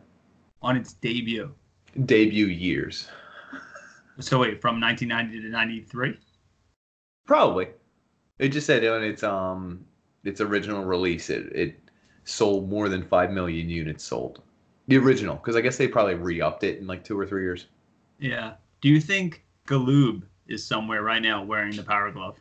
Speaker 3: On its debut.
Speaker 4: debut years
Speaker 3: So wait, from 1990 to 93.
Speaker 4: probably. It just said on its um its original release, it it sold more than five million units sold. The original, because I guess they probably re-upped it in like two or three years.
Speaker 3: Yeah. Do you think Galoob is somewhere right now wearing the Power Glove?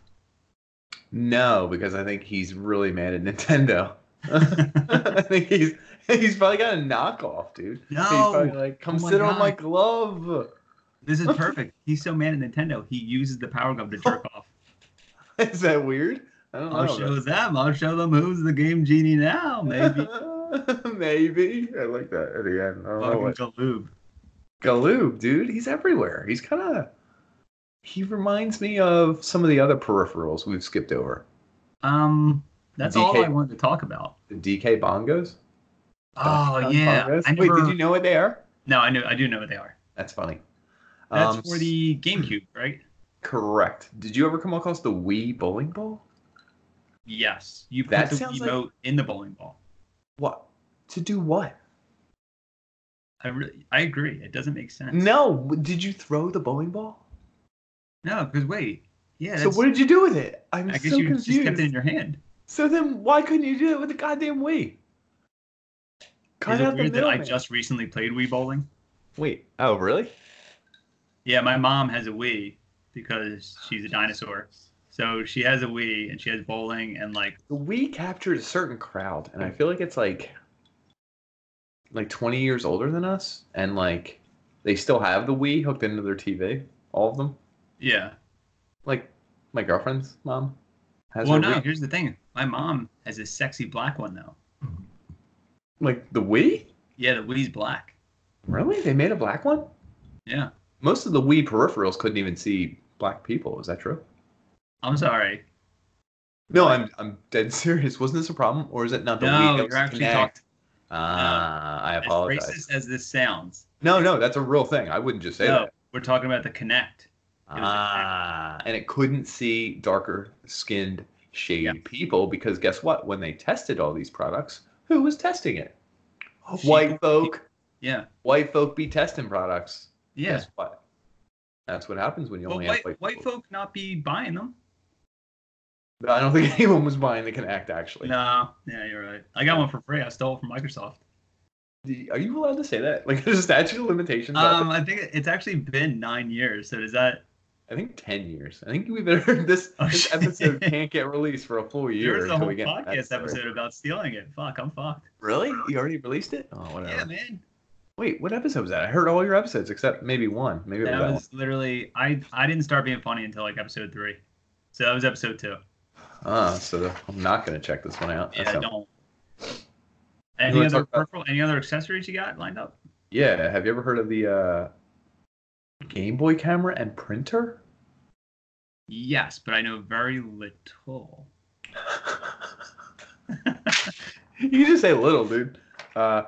Speaker 4: No, because I think he's really mad at Nintendo. I think he's he's probably got a knockoff, dude. he's probably
Speaker 3: No.
Speaker 4: like, come
Speaker 3: my
Speaker 4: sit on my
Speaker 3: God.
Speaker 4: glove.
Speaker 3: This is perfect. He's so mad at Nintendo. He uses the Power Glove to jerk off.
Speaker 4: Is that weird? I don't
Speaker 3: I'll
Speaker 4: know.
Speaker 3: show them. I'll show them who's the Game Genie now. Maybe.
Speaker 4: Maybe. I like that at the end. I don't know
Speaker 3: Fucking
Speaker 4: what.
Speaker 3: Galoob.
Speaker 4: Galoob, dude, he's everywhere. He's kind of. He reminds me of some of the other peripherals we've skipped over.
Speaker 3: Um, that's all
Speaker 4: DK.
Speaker 3: I wanted to talk about.
Speaker 4: The DK bongos.
Speaker 3: Oh
Speaker 4: Dr.
Speaker 3: yeah,
Speaker 4: Bongos.
Speaker 3: I never.
Speaker 4: Wait, did you know what they are?
Speaker 3: No, I know. I do know what they are.
Speaker 4: That's funny.
Speaker 3: That's
Speaker 4: Um,
Speaker 3: for the GameCube, right?
Speaker 4: correct. Did you ever come across the Wii bowling ball?
Speaker 3: Yes, you put
Speaker 4: That
Speaker 3: the
Speaker 4: sounds
Speaker 3: Wiimote in the bowling ball.
Speaker 4: What to do? What?
Speaker 3: I really, I agree. It doesn't make sense.
Speaker 4: No. Did you throw the bowling ball?
Speaker 3: no, because wait, yeah.
Speaker 4: so
Speaker 3: that's-
Speaker 4: what did you do with it? I'm
Speaker 3: I guess
Speaker 4: so
Speaker 3: you
Speaker 4: confused.
Speaker 3: just kept it in your hand.
Speaker 4: So then why couldn't you do it with the goddamn Wii? Cut
Speaker 3: Is it
Speaker 4: out the
Speaker 3: weird that I
Speaker 4: middleman.
Speaker 3: just recently played Wii bowling?
Speaker 4: Wait. Oh, really?
Speaker 3: Yeah, my mom has a Wii because she's a dinosaur. So she has a Wii and she has bowling and like
Speaker 4: The Wii captured a certain crowd, and I feel like it's like like 20 years older than us, and like they still have the Wii hooked into their TV, all of them.
Speaker 3: Yeah.
Speaker 4: Like my girlfriend's mom has
Speaker 3: well,
Speaker 4: her
Speaker 3: no.
Speaker 4: Wii.
Speaker 3: Here's the thing. My mom has a sexy black one though.
Speaker 4: Like the Wii?
Speaker 3: Yeah, the Wii's black.
Speaker 4: Really? They made a black one?
Speaker 3: Yeah.
Speaker 4: Most of the Wii peripherals couldn't even see black people. Is that true?
Speaker 3: I'm sorry.
Speaker 4: No, I'm I'm dead serious. Wasn't this a problem, or is it not the
Speaker 3: no,
Speaker 4: Wii? that was
Speaker 3: you're actually
Speaker 4: Kinect?
Speaker 3: talking
Speaker 4: Ah, I
Speaker 3: as
Speaker 4: apologize.
Speaker 3: racist as this sounds.
Speaker 4: No, no, that's a real thing. I wouldn't just say
Speaker 3: no,
Speaker 4: that.
Speaker 3: we're talking about the Connect. was a
Speaker 4: Ah, and it couldn't see darker skinned, shady
Speaker 3: Yeah.
Speaker 4: people because guess what? When they tested all these products, who was testing it?
Speaker 3: Oh, She-
Speaker 4: White folk.
Speaker 3: Yeah.
Speaker 4: White folk be testing products.
Speaker 3: Yeah.
Speaker 4: Guess what? That's what happens when you
Speaker 3: Well,
Speaker 4: only
Speaker 3: white,
Speaker 4: have white,
Speaker 3: white folk not be buying them.
Speaker 4: But I don't think anyone was buying the Connect actually.
Speaker 3: No, yeah, you're right. I got one for free. I stole it from Microsoft.
Speaker 4: Do- Are you allowed to say that? Like there's a statute of limitations. out
Speaker 3: Um, I think it's actually been nine years. So does that?
Speaker 4: I think ten years. I think we better this,
Speaker 3: Oh,
Speaker 4: this
Speaker 3: shit.
Speaker 4: episode can't get released for a full year.
Speaker 3: There's a
Speaker 4: until
Speaker 3: whole
Speaker 4: we get that
Speaker 3: podcast
Speaker 4: story.
Speaker 3: episode about stealing it. Fuck, I'm fucked.
Speaker 4: Really? You already released it? Oh whatever.
Speaker 3: Yeah, man.
Speaker 4: Wait, what episode was that? I heard all your episodes except maybe one. Maybe it was
Speaker 3: That
Speaker 4: that one.
Speaker 3: was literally I. I didn't start being funny until like episode three. So that was episode two.
Speaker 4: Ah, so I'm not gonna check this one out.
Speaker 3: Yeah,
Speaker 4: That's not-
Speaker 3: don't.
Speaker 4: You
Speaker 3: Any
Speaker 4: wanna
Speaker 3: other
Speaker 4: talk about-
Speaker 3: peripheral? Any other accessories you got lined up?
Speaker 4: yeah. Have you ever heard of the uh, Game Boy camera and printer?
Speaker 3: Yes, but I know very little.
Speaker 4: you can just say little, dude. Uh,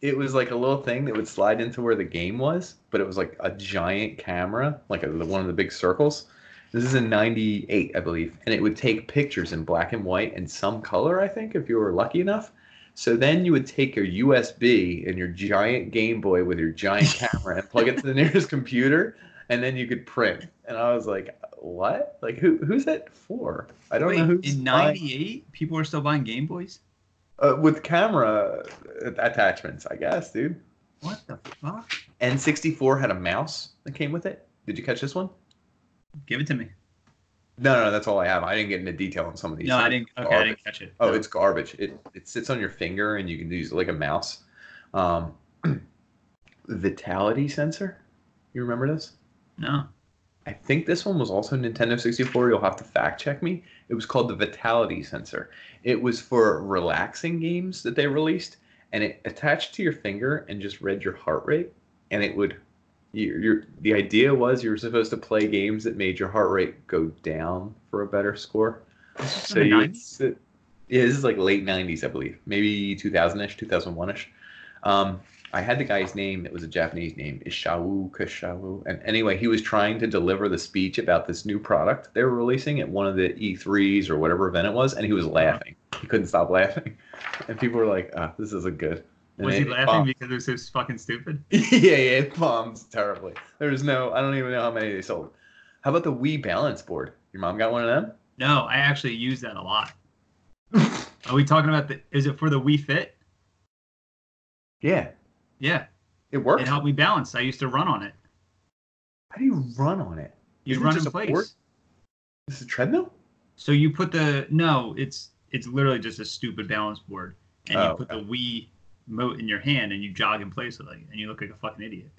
Speaker 4: it was like a little thing that would slide into where the game was, but it was like a giant camera, like a, one of the big circles. This is in '98, I believe, and it would take pictures in black and white and some color, I think, if you were lucky enough. So then you would take your USB and your giant Game Boy with your giant camera and plug it to the nearest computer, and then you could print. And I was like, "What? Like who? Who's that for? I don't
Speaker 3: Wait,
Speaker 4: know who's
Speaker 3: in
Speaker 4: buying-
Speaker 3: '98, people were still buying Game Boys.
Speaker 4: uh, with camera uh, attachments, I guess, dude.
Speaker 3: What the fuck?
Speaker 4: N64 had a mouse that came with it. Did you catch this one?
Speaker 3: Give it to me.
Speaker 4: No, no, that's all I have. I didn't get into detail on some of these.
Speaker 3: No, I
Speaker 4: It's
Speaker 3: didn't. Okay, I
Speaker 4: garbage.
Speaker 3: didn't catch it.
Speaker 4: Oh, it's garbage. It it sits on your finger and you can use it like a mouse. Um, vitality sensor. You remember this?
Speaker 3: no.
Speaker 4: I think this one was also Nintendo 64. You'll have to fact check me. It was called the Vitality Sensor. It was for relaxing games that they released, and it attached to your finger and just read your heart rate. And it would, your, your the idea was you were supposed to play games that made your heart rate go down for a better score.
Speaker 3: in
Speaker 4: So
Speaker 3: the
Speaker 4: you would
Speaker 3: 90s?
Speaker 4: sit- yeah, this is like late 90s, I believe, maybe 2000ish, 2001ish. Um, I had the guy's name. It was a Japanese name, Ishawu Kishawu. And anyway, he was trying to deliver the speech about this new product they were releasing at one of the E3s or whatever event it was, and he
Speaker 3: Uh-huh.
Speaker 4: was laughing. He couldn't stop laughing, and people were like, "Ah, "This isn't good." And
Speaker 3: Was
Speaker 4: it-
Speaker 3: he
Speaker 4: it
Speaker 3: laughing because it was so fucking stupid?
Speaker 4: bombed. yeah, yeah, it bombs terribly. There's no, I don't even know how many they sold. How about the Wii balance board? Your mom got one of
Speaker 3: No, I actually use that a lot.
Speaker 4: them?
Speaker 3: Are we talking about the? Is it for the Wii Fit?
Speaker 4: yeah,
Speaker 3: Yeah,
Speaker 4: it worked.
Speaker 3: it helped me balance. I used to run on it.
Speaker 4: How do you run on it?
Speaker 3: You
Speaker 4: Isn't it
Speaker 3: run
Speaker 4: just
Speaker 3: in
Speaker 4: a board?
Speaker 3: place.
Speaker 4: This is a treadmill.
Speaker 3: So you put the no. It's it's literally just a stupid balance board, and you
Speaker 4: Oh,
Speaker 3: put the Wii mote in your hand, and you jog in place with it, and you look like a fucking idiot.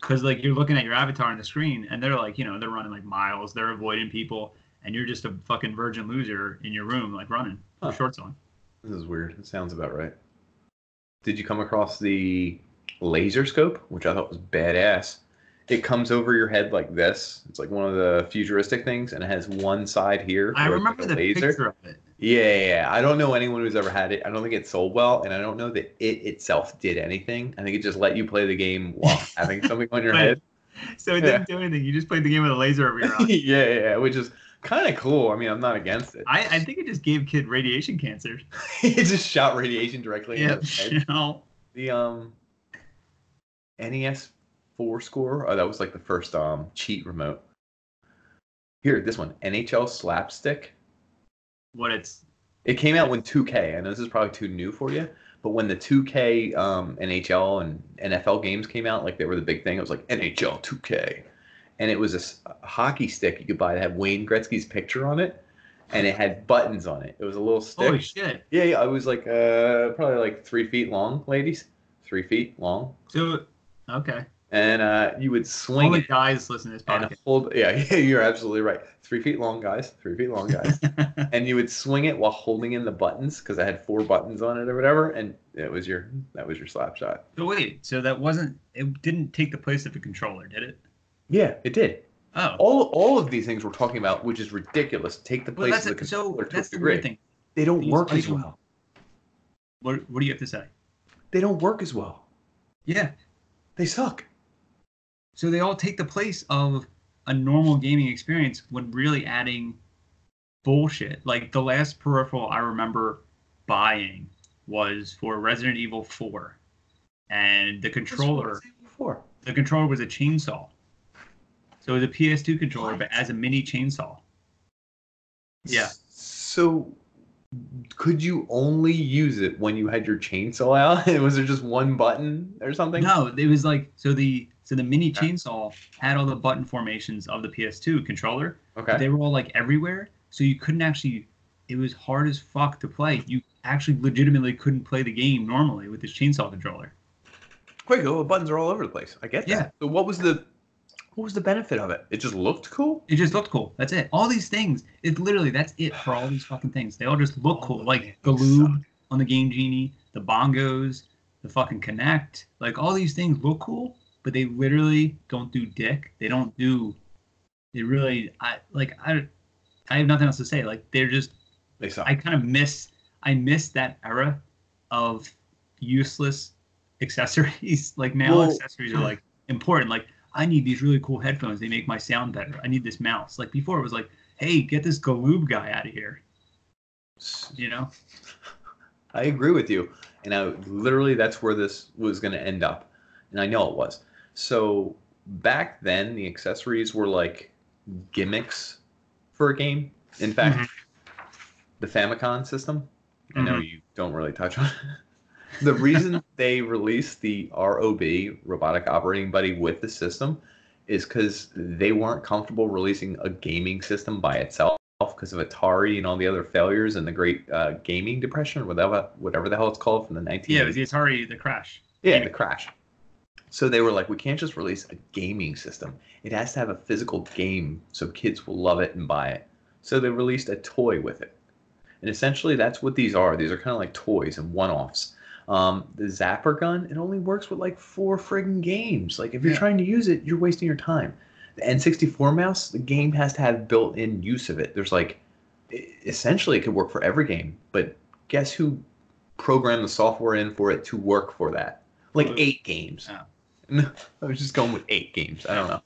Speaker 3: Because like you're looking at your avatar on the screen, and they're like, you know, they're running like miles, they're avoiding people, and you're just a fucking virgin loser in your room, like running,
Speaker 4: Huh.
Speaker 3: shorts on.
Speaker 4: This is weird. It sounds about right. Did you come across the laser scope, which I thought was badass? It comes over your head like this. It's like one of the futuristic things, and it has one side here.
Speaker 3: I
Speaker 4: where it's
Speaker 3: remember
Speaker 4: like a
Speaker 3: the picture of it.
Speaker 4: Yeah, yeah, yeah. I don't know anyone who's ever had it. I don't think it sold well, and I don't know that it itself did anything. I think it just let you play the game while having something on your
Speaker 3: Right.
Speaker 4: head.
Speaker 3: So it
Speaker 4: Yeah.
Speaker 3: didn't do anything. You just played the game with a laser over your
Speaker 4: yeah,
Speaker 3: eye.
Speaker 4: yeah, yeah, which is kind of cool. I mean, I'm not against it.
Speaker 3: I, I think it just gave kid radiation cancer.
Speaker 4: it just shot radiation directly
Speaker 3: Yeah.
Speaker 4: into his head.
Speaker 3: You know?
Speaker 4: the um NES four score. Oh, that was like the first um cheat remote. Here, this one, NHL Slapstick.
Speaker 3: What it's
Speaker 4: It came out when 2K. I know this is probably too new for you, but when the 2K um, NHL and NFL games came out, like they were the big thing. It was like NHL 2K, and it was a s- a hockey stick you could buy that had Wayne Gretzky's picture on it, and it had buttons on it. It was a little stick.
Speaker 3: Holy shit!
Speaker 4: Yeah, yeah, I was like uh, probably like three feet long, ladies, three feet long,
Speaker 3: So, okay.
Speaker 4: and uh, you would
Speaker 3: All
Speaker 4: swing
Speaker 3: the
Speaker 4: it
Speaker 3: guys listen to this
Speaker 4: and
Speaker 3: podcast.
Speaker 4: hold. Yeah, yeah, you're absolutely right. Three feet long, guys. Three feet long, guys. and you would swing it while holding in the buttons because I had four buttons on it or whatever, and it was your that was your slap shot.
Speaker 3: so wait, so that wasn't it? Didn't take the place of a controller, did it?
Speaker 4: Yeah, it did.
Speaker 3: Oh,
Speaker 4: All all of these things we're talking about, which is ridiculous, take the
Speaker 3: well,
Speaker 4: place
Speaker 3: that's
Speaker 4: of the
Speaker 3: it. So
Speaker 4: controller to a
Speaker 3: that's the
Speaker 4: degree.
Speaker 3: weird thing.
Speaker 4: They don't
Speaker 3: These
Speaker 4: work as
Speaker 3: people-
Speaker 4: well.
Speaker 3: What, what do you have to say?
Speaker 4: They don't work as well.
Speaker 3: Yeah.
Speaker 4: They suck.
Speaker 3: So they all take the place of a normal gaming experience when really adding bullshit. Like the last peripheral I remember buying was for Resident Evil 4. And the controller
Speaker 4: Before.
Speaker 3: the controller was a chainsaw. So it was a PS2 controller, but as a mini chainsaw. Yeah.
Speaker 4: So, could you only use it when you had your chainsaw out? And was there just one button or something?
Speaker 3: No, it was like so the so the mini
Speaker 4: Okay.
Speaker 3: chainsaw had all the button formations of the PS2 controller. But
Speaker 4: Okay.
Speaker 3: they were all like everywhere, so you couldn't actually. It was hard as fuck to play. You actually legitimately couldn't play the game normally with this chainsaw controller.
Speaker 4: Quick, oh, buttons are all over the place. I get that.
Speaker 3: Yeah.
Speaker 4: So, what was the what was the benefit of it? It just looked cool.
Speaker 3: It just looked cool. That's it. All these things. It literally that's it for all these fucking things. They all just look
Speaker 4: All
Speaker 3: cool.
Speaker 4: of
Speaker 3: Like
Speaker 4: it
Speaker 3: the
Speaker 4: sucked.
Speaker 3: lube on the Game Genie, the bongos, the fucking Connect. Like all these things look cool, but they literally don't do dick. They don't do. They really. I like. I. I have nothing else to say. Like they're just
Speaker 4: They suck.
Speaker 3: I kind of miss I miss that era of useless accessories. Like now
Speaker 4: Well-
Speaker 3: accessories are like important. Like I need these really cool headphones. They make my sound better. I need this mouse. Like before it was like, hey, get this Galoob guy out of here. You know?
Speaker 4: I agree with you. And I literally that's where this was going to end up. And I know it was. So back then the accessories were like gimmicks for a game. In fact, the Famicom system, I know you don't really touch on it. The reason they released the ROB, Robotic Operating Buddy, with the system is because they weren't comfortable releasing a gaming system by itself because of Atari and all the other failures and the great uh, gaming depression or whatever, whatever the hell it's called from the 1980s.
Speaker 3: Yeah, it was the Atari the crash.
Speaker 4: Yeah, the crash. So they were like, we can't just release a gaming system. It has to have a physical game so kids will love it and buy it. So they released a toy with it. And essentially, that's what these are. These are kind of like toys and one offs. Um, the Zapper gun, it only works with like four friggin' games. Like, if you're
Speaker 3: Yeah.
Speaker 4: trying to use it, you're wasting your time. The N64 mouse, the game has to have built in use of it. There's like, e- essentially, it could work for every game, but guess who programmed the software in for it to work for that? Like
Speaker 3: Glue.
Speaker 4: eight games.
Speaker 3: Oh.
Speaker 4: No, I was just going with eight games. I don't know.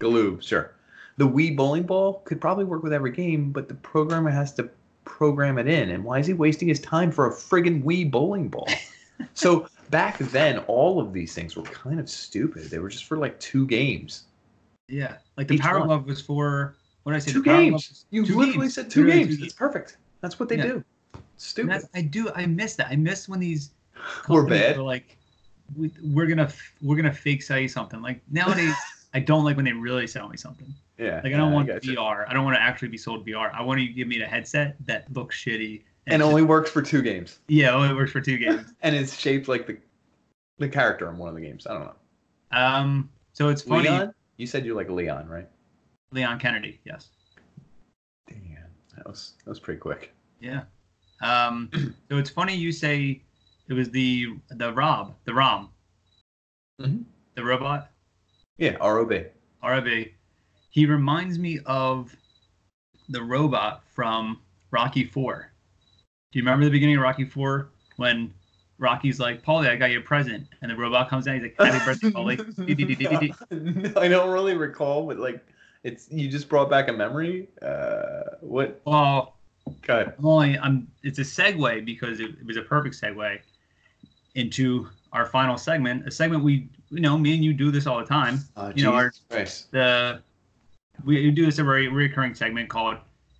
Speaker 4: Galoob, sure. The Wii bowling ball could probably work with every game, but the programmer has to program it in. And why is he wasting his time for a friggin' Wii bowling ball? so back then, all of these things were kind of stupid. They were just for like two games.
Speaker 3: Yeah. Like the
Speaker 4: Each
Speaker 3: Power
Speaker 4: one.
Speaker 3: Glove was for what did I say?
Speaker 4: Two
Speaker 3: The Power Glove
Speaker 4: games.
Speaker 3: was-
Speaker 4: You
Speaker 3: two
Speaker 4: literally
Speaker 3: games.
Speaker 4: said two
Speaker 3: Literally
Speaker 4: games. That's perfect. That's what they
Speaker 3: Yeah.
Speaker 4: do.
Speaker 3: And
Speaker 4: Stupid.
Speaker 3: that's- I do. I miss that. I miss when these
Speaker 4: Or
Speaker 3: companies
Speaker 4: bad.
Speaker 3: were like, we, we're gonna f- we're gonna fake sell you something. Like nowadays, I don't like when they really sell me something.
Speaker 4: Yeah.
Speaker 3: Like I don't
Speaker 4: yeah,
Speaker 3: want
Speaker 4: gotcha.
Speaker 3: VR. I don't want to actually be sold VR. I want you to give me a headset that looks shitty
Speaker 4: And
Speaker 3: it's
Speaker 4: only works for two games.
Speaker 3: just- yeah, only works for two games.
Speaker 4: And it's shaped like the the character in one of the games. I don't know.
Speaker 3: um, so it's funny, Leon,
Speaker 4: Leon? You said you like Leon, right?
Speaker 3: Kennedy. Yes.
Speaker 4: Damn, that was that was pretty quick.
Speaker 3: Yeah. Um, so it's funny you say it was the the Rob the Rom,
Speaker 4: Mhm.
Speaker 3: the robot.
Speaker 4: Yeah, ROB.
Speaker 3: Arabe, he reminds me of the robot from Rocky Four. Do you remember the beginning of Rocky Four when Rocky's like, "Paulie, I got you a present," and the robot comes out, he's like, "Happy birthday, Paulie."
Speaker 4: No, I don't really recall, but like, it's you just brought back a memory. Uh, what?
Speaker 3: well,
Speaker 4: God,
Speaker 3: I'm only I'm. It's a segue because it, it was a perfect segue into our final segment, a segment we you know me and you do this all the time.
Speaker 4: uh,
Speaker 3: You know, our-
Speaker 4: Jesus Christ.
Speaker 3: the we do this every recurring segment called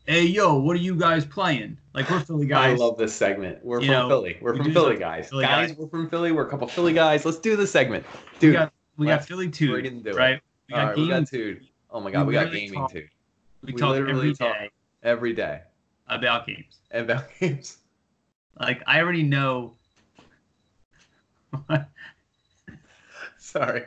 Speaker 3: "Hey yo, what are you guys playing?" Like we're Philly
Speaker 4: I
Speaker 3: guys.
Speaker 4: love this segment. We're
Speaker 3: you
Speaker 4: from
Speaker 3: know,
Speaker 4: Philly. We're
Speaker 3: we
Speaker 4: from
Speaker 3: do
Speaker 4: Philly,
Speaker 3: love
Speaker 4: guys.
Speaker 3: Philly
Speaker 4: guys.
Speaker 3: guys.
Speaker 4: we're from Philly. We're a couple Philly guys. Let's do this segment,
Speaker 3: we
Speaker 4: dude.
Speaker 3: got we got
Speaker 4: let's
Speaker 3: Philly too,
Speaker 4: friggin' do it.
Speaker 3: right? We
Speaker 4: all
Speaker 3: got
Speaker 4: right, we got
Speaker 3: games.
Speaker 4: two. Oh my god, we,
Speaker 3: we
Speaker 4: got
Speaker 3: literally
Speaker 4: gaming
Speaker 3: talk-
Speaker 4: too
Speaker 3: We,
Speaker 4: we
Speaker 3: talk
Speaker 4: literally
Speaker 3: every
Speaker 4: talk.
Speaker 3: day.
Speaker 4: every day.
Speaker 3: about games.
Speaker 4: about games.
Speaker 3: Like I already know. I
Speaker 4: Sorry.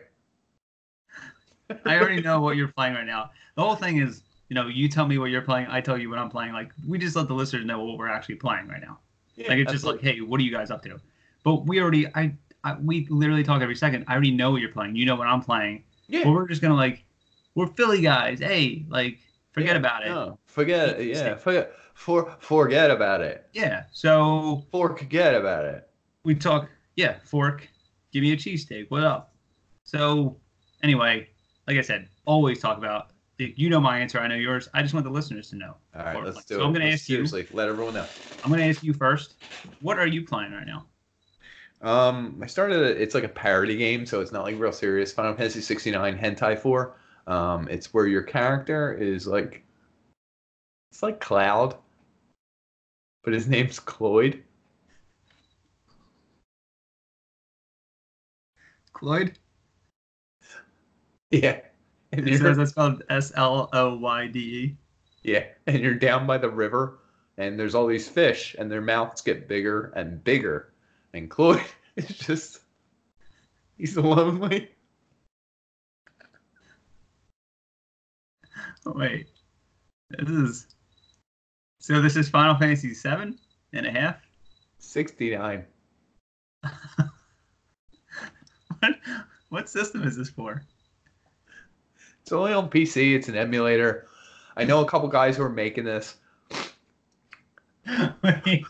Speaker 3: already know what you're playing right now. The whole thing is, you know, you tell me what you're playing, I tell you what I'm playing. Like we just let the listeners know what we're actually playing right now.
Speaker 4: Yeah,
Speaker 3: like it's just like,
Speaker 4: absolutely.
Speaker 3: hey, what are you guys up to? But we already, I, I, we literally talk every second. I already know what you're playing. You know what I'm playing. But
Speaker 4: yeah.
Speaker 3: we're just gonna like, we're Philly guys. Hey, like, forget
Speaker 4: Yeah,
Speaker 3: about it.
Speaker 4: No, forget. Yeah, forget. For forget about it.
Speaker 3: Yeah. So
Speaker 4: Forget about it.
Speaker 3: we talk. Yeah, fork. Give me a cheesesteak. What up? So anyway, like I said, always talk about. You know my answer. I know yours. I just want the listeners to know.
Speaker 4: All right,
Speaker 3: Or-
Speaker 4: let's do
Speaker 3: so
Speaker 4: it.
Speaker 3: I'm gonna
Speaker 4: Let's
Speaker 3: ask you-
Speaker 4: seriously, Let everyone know.
Speaker 3: I'm gonna ask you first. What are you playing right now?
Speaker 4: Um, I started. A, it's like a parody game, so it's not like real serious. Final Fantasy 69 Hentai 4. Um, it's where your character is like, it's like Cloud, but his name's Cloyd.
Speaker 3: Cloyd.
Speaker 4: Yeah. And
Speaker 3: It
Speaker 4: you're,
Speaker 3: says that's spelled S L O Y D E.
Speaker 4: yeah, and you're down by the river, and there's all these fish, and their mouths get bigger and bigger, and Cloyd is just, he's lonely.
Speaker 3: Oh, wait. This is. So this is Final Fantasy seven and a half.
Speaker 4: 69.
Speaker 3: What what system is this for?
Speaker 4: It's only on PC. It's an emulator. I know a couple guys who are making this.
Speaker 3: Wait.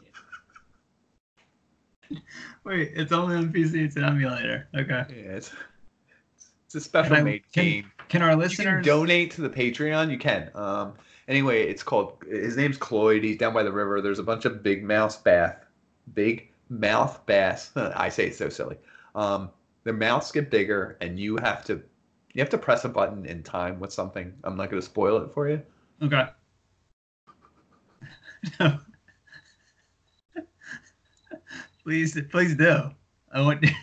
Speaker 3: Wait, it's only on PC. It's an emulator. Okay.
Speaker 4: Yeah, it's, it's a
Speaker 3: Can I-
Speaker 4: special made
Speaker 3: can-
Speaker 4: game.
Speaker 3: Can our
Speaker 4: You can
Speaker 3: listeners?
Speaker 4: donate to the Patreon. You can. Um, anyway, it's called. His name's Cloyd. He's down by the river. There's a bunch of big mouth bass. Big mouth bass. I say it's so silly. Um, their mouths get bigger, and you have to. You have to press a button in time with something. I'm not going to spoil it for you.
Speaker 3: Okay. Oh, No. please, please do. I want.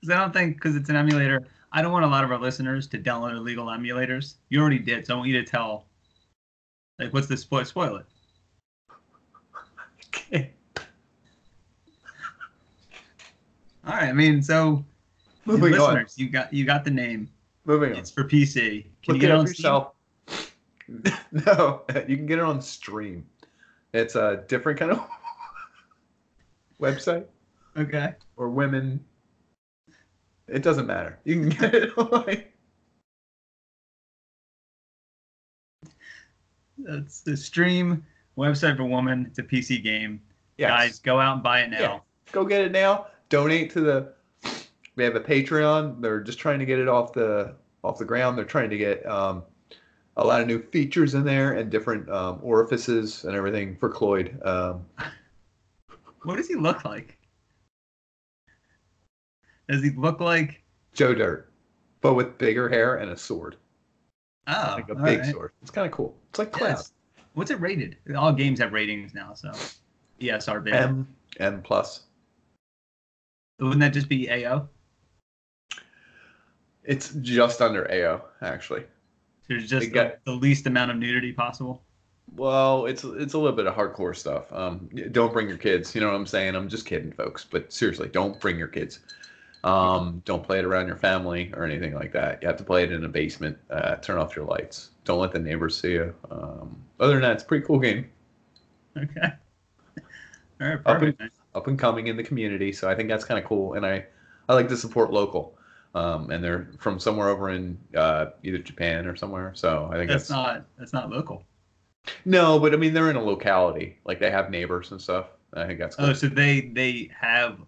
Speaker 3: Because I don't think because it's an emulator. I don't want a lot of our listeners to download illegal emulators. You already did, so I want you to tell. Like, what's the spoil? Spoil it.
Speaker 4: Okay.
Speaker 3: All right. I mean, so the
Speaker 4: Moving on.
Speaker 3: listeners, you got you got the name.
Speaker 4: Moving on.
Speaker 3: It's for PC. Can
Speaker 4: Look
Speaker 3: you get it
Speaker 4: it up
Speaker 3: on Steam?
Speaker 4: yourself. no, you can get it on Stream. It's a different kind of website
Speaker 3: Okay.
Speaker 4: or women. It doesn't matter. You can get it online.
Speaker 3: That's the stream website for women. It's a PC game.
Speaker 4: Yes.
Speaker 3: Guys, go out and buy it now.
Speaker 4: Yeah. go get it now. Donate to the. We have a Patreon. They're just trying to get it off the off the ground. They're trying to get um, a lot of new features in there and different um, orifices and everything for Cloyd. Um,
Speaker 3: What does he look like? Does he look like
Speaker 4: Joe Dirt, but with bigger hair and a sword.
Speaker 3: oh
Speaker 4: like a
Speaker 3: all
Speaker 4: big
Speaker 3: right.
Speaker 4: sword. It's kind of cool. It's like Cloud.
Speaker 3: Yes. What's it rated? All games have ratings now, so E ESRB.
Speaker 4: M M plus.
Speaker 3: Wouldn't that just be AO?
Speaker 4: It's just under AO actually.
Speaker 3: There's just
Speaker 4: It got-
Speaker 3: the, the least amount of nudity possible.
Speaker 4: Well, it's it's a little bit of hardcore stuff. Um, don't bring your kids. You know what I'm saying? I'm just kidding, folks. But seriously, don't bring your kids. Um, don't play it around your family or anything like that. You have to play it in a basement. Uh, turn off your lights. Don't let the neighbors see you. Um, other than that, it's a pretty cool game.
Speaker 3: Okay. All right,
Speaker 4: Up
Speaker 3: perfect. man.
Speaker 4: up and coming in the community. So I think that's kind of cool, and I I like to support local. Um, and they're from somewhere over in uh, either Japan or somewhere. So I think
Speaker 3: That's
Speaker 4: that's,
Speaker 3: not that's not local.
Speaker 4: no, but I mean they're in a locality, like they have neighbors and stuff. I think that's cool.
Speaker 3: Oh, so they they have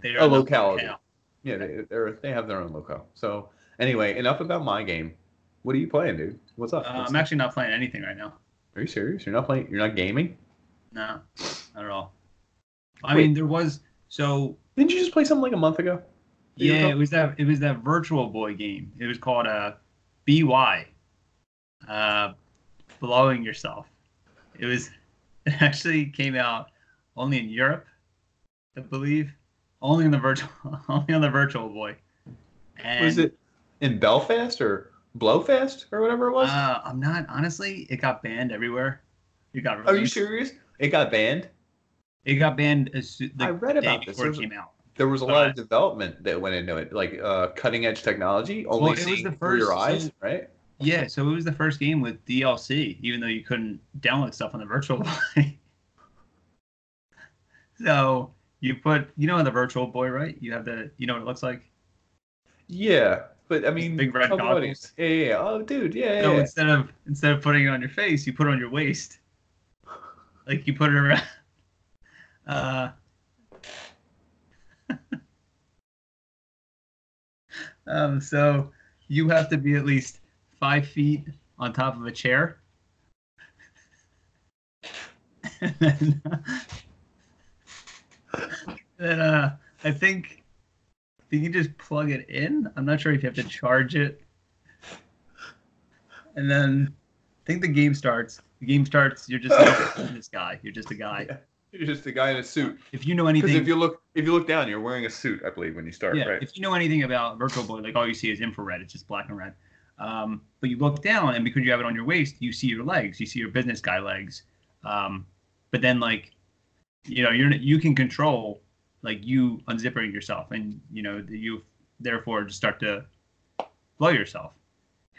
Speaker 3: they are
Speaker 4: a
Speaker 3: not
Speaker 4: locality.
Speaker 3: local.
Speaker 4: Yeah, they, they're they have their own locale. So anyway, enough about my game. What are you playing, dude? What's up?
Speaker 3: Uh,
Speaker 4: What's
Speaker 3: I'm
Speaker 4: up?
Speaker 3: actually not playing anything right now.
Speaker 4: Are you serious? You're not playing. You're not gaming.
Speaker 3: No, not at all. I
Speaker 4: Wait.
Speaker 3: mean, there was so
Speaker 4: Didn't you just play something like a month ago? You
Speaker 3: yeah.
Speaker 4: know-
Speaker 3: It was that it was that Virtual Boy game. It was called uh, BY, uh, blowing yourself. It was it actually came out only in Europe, I believe, only in the virtual only on the Virtual Boy. And
Speaker 4: was it in Belfast or Blowfest or whatever it was?
Speaker 3: Uh, I'm not honestly. It got banned everywhere. It got
Speaker 4: Are you
Speaker 3: released.
Speaker 4: serious? It got banned.
Speaker 3: It got banned as soo- the
Speaker 4: I read
Speaker 3: day
Speaker 4: about this.
Speaker 3: before
Speaker 4: It
Speaker 3: it
Speaker 4: was-
Speaker 3: came out.
Speaker 4: There was a
Speaker 3: But
Speaker 4: lot
Speaker 3: I-
Speaker 4: of development that went into it, like uh, cutting edge technology, only
Speaker 3: Well, it was
Speaker 4: seeing
Speaker 3: the
Speaker 4: through your
Speaker 3: first-
Speaker 4: eyes,
Speaker 3: so-
Speaker 4: right?
Speaker 3: Yeah, so it was the first game with DLC, even though you couldn't download stuff on the virtual boy. so you put, you know, on the virtual boy, right? You have the, you know what it looks like.
Speaker 4: Yeah, but I mean,
Speaker 3: big red
Speaker 4: tell me what it
Speaker 3: goggles.
Speaker 4: is. Yeah, yeah, yeah. Oh, dude, yeah,
Speaker 3: So
Speaker 4: yeah.
Speaker 3: instead of instead of putting it on your face, you put it on your waist. Like you put it around. Uh, um, so you have to be at least five feet on top of a chair. and then, then uh, I think you can just plug it in. I'm not sure if you have to charge it and then I think the game starts. The game starts. You're just this guy. You're just a guy.
Speaker 4: Yeah. You're just a guy in a suit.
Speaker 3: If you know
Speaker 4: Because
Speaker 3: anything,
Speaker 4: if you look, if you look down, you're wearing a suit, I believe, when you start,
Speaker 3: yeah,
Speaker 4: right?
Speaker 3: if you know anything about Virtual Boy, like all you see is infrared. It's just black and red. Um, but you look down, and because you have it on your waist, you see your legs. You see your business guy legs. Um, but then, like, you know, you're you can control like you unzipping yourself, and you know you therefore just start to blow yourself.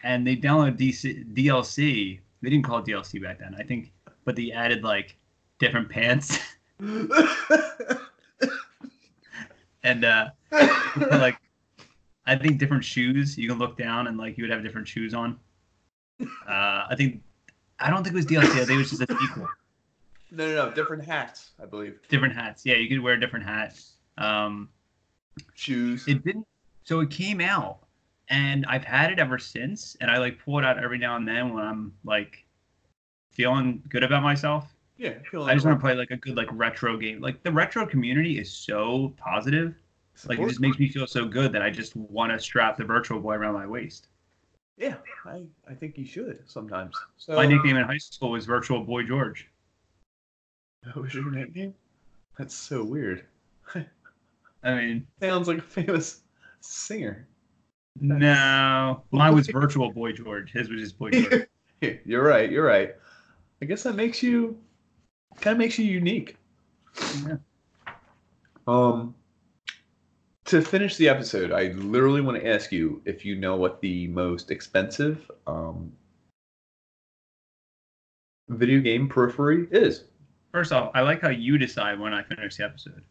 Speaker 3: And they downloaded DC, DLC. They didn't call it DLC back then, I think, but they added like different pants and. uh but, like I think different shoes. You can look down and like you would have different shoes on. Uh, I think I don't think it was DLC. I think it was just a sequel.
Speaker 4: no, no, no. Different hats, I believe.
Speaker 3: Different hats. Yeah, you could wear a different hat. Um,
Speaker 4: Shoes.
Speaker 3: it didn't. So it came out, and I've had it ever since. And I like pull it out every now and then when I'm like feeling good about myself.
Speaker 4: yeah.
Speaker 3: I just want to play like a good like retro game. Like the retro community is so positive. Like it just makes me feel so good that I just want to strap the Virtual Boy around my waist.
Speaker 4: Yeah, I, I think you should sometimes. So
Speaker 3: My nickname in high school was Virtual Boy George.
Speaker 4: That was your nickname? That's so weird.
Speaker 3: I mean,
Speaker 4: Sounds like a famous singer.
Speaker 3: no, mine was Virtual Boy George. His was just Boy George.
Speaker 4: you're right. You're right. I guess that makes you kind of makes you unique.
Speaker 3: Yeah.
Speaker 4: Um, to finish the episode, I literally want to ask you if you know what the most expensive um, video game periphery is.
Speaker 3: First off, I like how you decide when I finish the episode.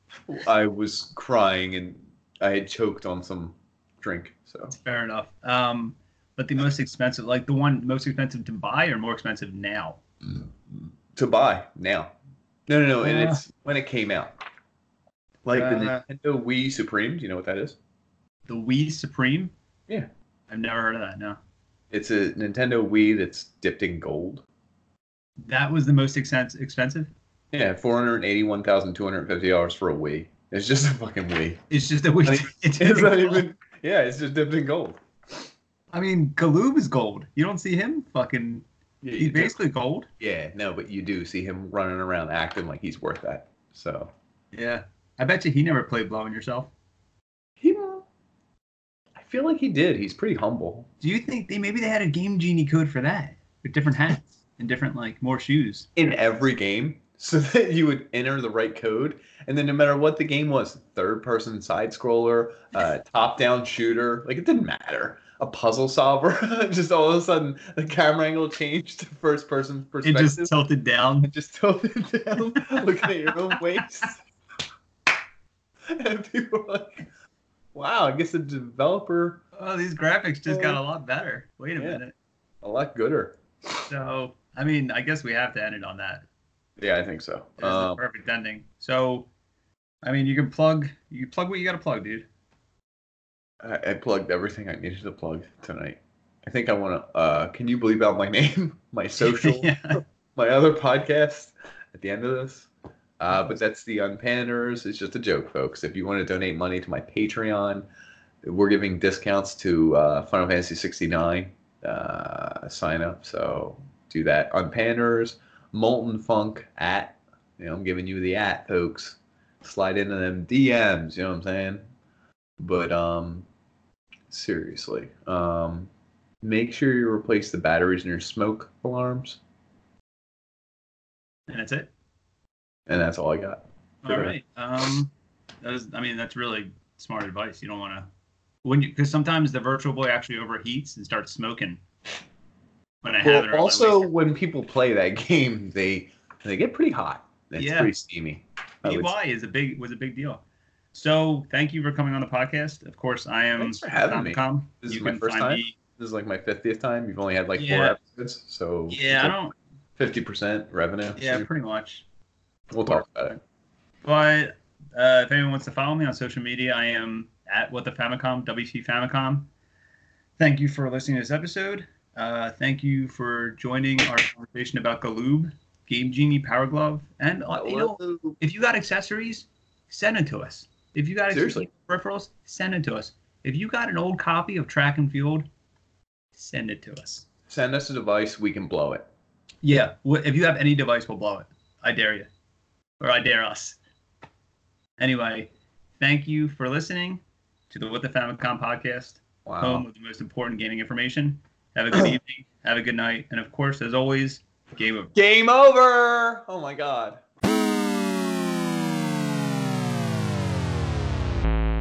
Speaker 4: I was crying and I had choked on some drink. So
Speaker 3: Fair enough. Um, but the most expensive, like the one most expensive to buy, or more expensive now.
Speaker 4: to buy now. No, no, no. and
Speaker 3: Uh.
Speaker 4: it's when it came out. Like the
Speaker 3: Uh.
Speaker 4: Nintendo Wii Supreme. Do you know what that is?
Speaker 3: The Wii Supreme.
Speaker 4: Yeah.
Speaker 3: I've never heard of that. No,
Speaker 4: It's a Nintendo Wii that's dipped in gold.
Speaker 3: that was the most expen- expensive.
Speaker 4: Yeah, four hundred eighty-one thousand two hundred fifty dollars for a Wii. It's just a fucking Wii.
Speaker 3: It's just that we.
Speaker 4: I mean, It's not even. Yeah, it's just dipped in gold.
Speaker 3: I mean, Galoob is gold. You don't see him fucking.
Speaker 4: Yeah,
Speaker 3: He's basically gold.
Speaker 4: yeah, no, but you do see him running around acting like he's worth that. So
Speaker 3: Yeah. I bet you he never played blowing yourself.
Speaker 4: he, I feel like he did. He's pretty humble.
Speaker 3: Do you think they maybe they had a game genie code for that? With different hats and different like more shoes.
Speaker 4: in every game so that you would enter the right code and then no matter what the game was third person side scroller uh, top down shooter like it didn't matter a puzzle solver just all of a sudden the camera angle changed to first person
Speaker 3: It
Speaker 4: perspective
Speaker 3: just tilted down.
Speaker 4: and just tilted down looking at your own waist and people were like wow i guess the developer
Speaker 3: Oh, these graphics just got a lot better. Wait a
Speaker 4: Yeah.
Speaker 3: minute.
Speaker 4: a lot gooder
Speaker 3: So I mean, I guess we have to end it on that.
Speaker 4: yeah i think so
Speaker 3: It's the
Speaker 4: um,
Speaker 3: perfect ending. So I mean you can plug you can plug what you gotta plug, dude.
Speaker 4: I, I plugged everything I needed to plug tonight. I think I want to. Uh, can you believe out my name, my social,
Speaker 3: yeah.
Speaker 4: my other podcast at the end of this? Uh, but that's the Unpanners. It's just a joke, folks. If you want to donate money to my Patreon, we're giving discounts to uh, Final Fantasy 69 uh, sign up. So do that. Unpanners, Molten Funk at. You know, I'm giving you the at, folks. Slide into them DMs. You know what I'm saying? But um, seriously, um, make sure you replace the batteries in your smoke alarms.
Speaker 3: and that's it.
Speaker 4: and that's all I got.
Speaker 3: All
Speaker 4: Sure.
Speaker 3: right. Um, that is, I mean, that's really smart advice. You don't want to, when you, because sometimes the virtual boy actually overheats and starts smoking. When I have it,
Speaker 4: Well,
Speaker 3: or at
Speaker 4: also
Speaker 3: least-
Speaker 4: when people play that game, they they get pretty hot. It's
Speaker 3: Yeah.
Speaker 4: pretty steamy. I would say.
Speaker 3: PY is a big was a big deal. So thank you for coming on the podcast. Of course, I am.
Speaker 4: Thanks for having me.
Speaker 3: Tom.
Speaker 4: This
Speaker 3: you
Speaker 4: is my
Speaker 3: can
Speaker 4: first
Speaker 3: find
Speaker 4: time.
Speaker 3: me-
Speaker 4: This is like my fiftieth time. You've only had like four
Speaker 3: Yeah.
Speaker 4: episodes, so
Speaker 3: Yeah, I don't.
Speaker 4: fifty percent revenue.
Speaker 3: Yeah, pretty much.
Speaker 4: we'll talk about it.
Speaker 3: But uh, if anyone wants to follow me on social media, I am at what the Famicom, WC Famicom. Thank you for listening to this episode. Uh, thank you for joining our conversation about Galoob, Game Genie, Power Glove, and uh, you know, if you got accessories, send it to us. If you got
Speaker 4: Seriously.
Speaker 3: peripherals, send it to us. If you got an old copy of Track and Field, send it to us.
Speaker 4: Send us a device, we can blow it.
Speaker 3: Yeah, wh- if you have any device, we'll blow it. I dare you, or I dare us. Anyway, thank you for listening to the What the Famicom podcast,
Speaker 4: Wow.
Speaker 3: home of the most important gaming information. Have a good evening. Have a good night. And of course, as always, game over.
Speaker 4: Game over. Oh my god.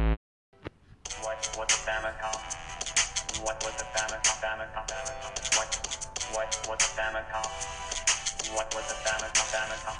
Speaker 2: What was the Famicom? What was the Famicom? Famicom. Famicom. What? What was the Famicom? What was the Famicom? Famicom.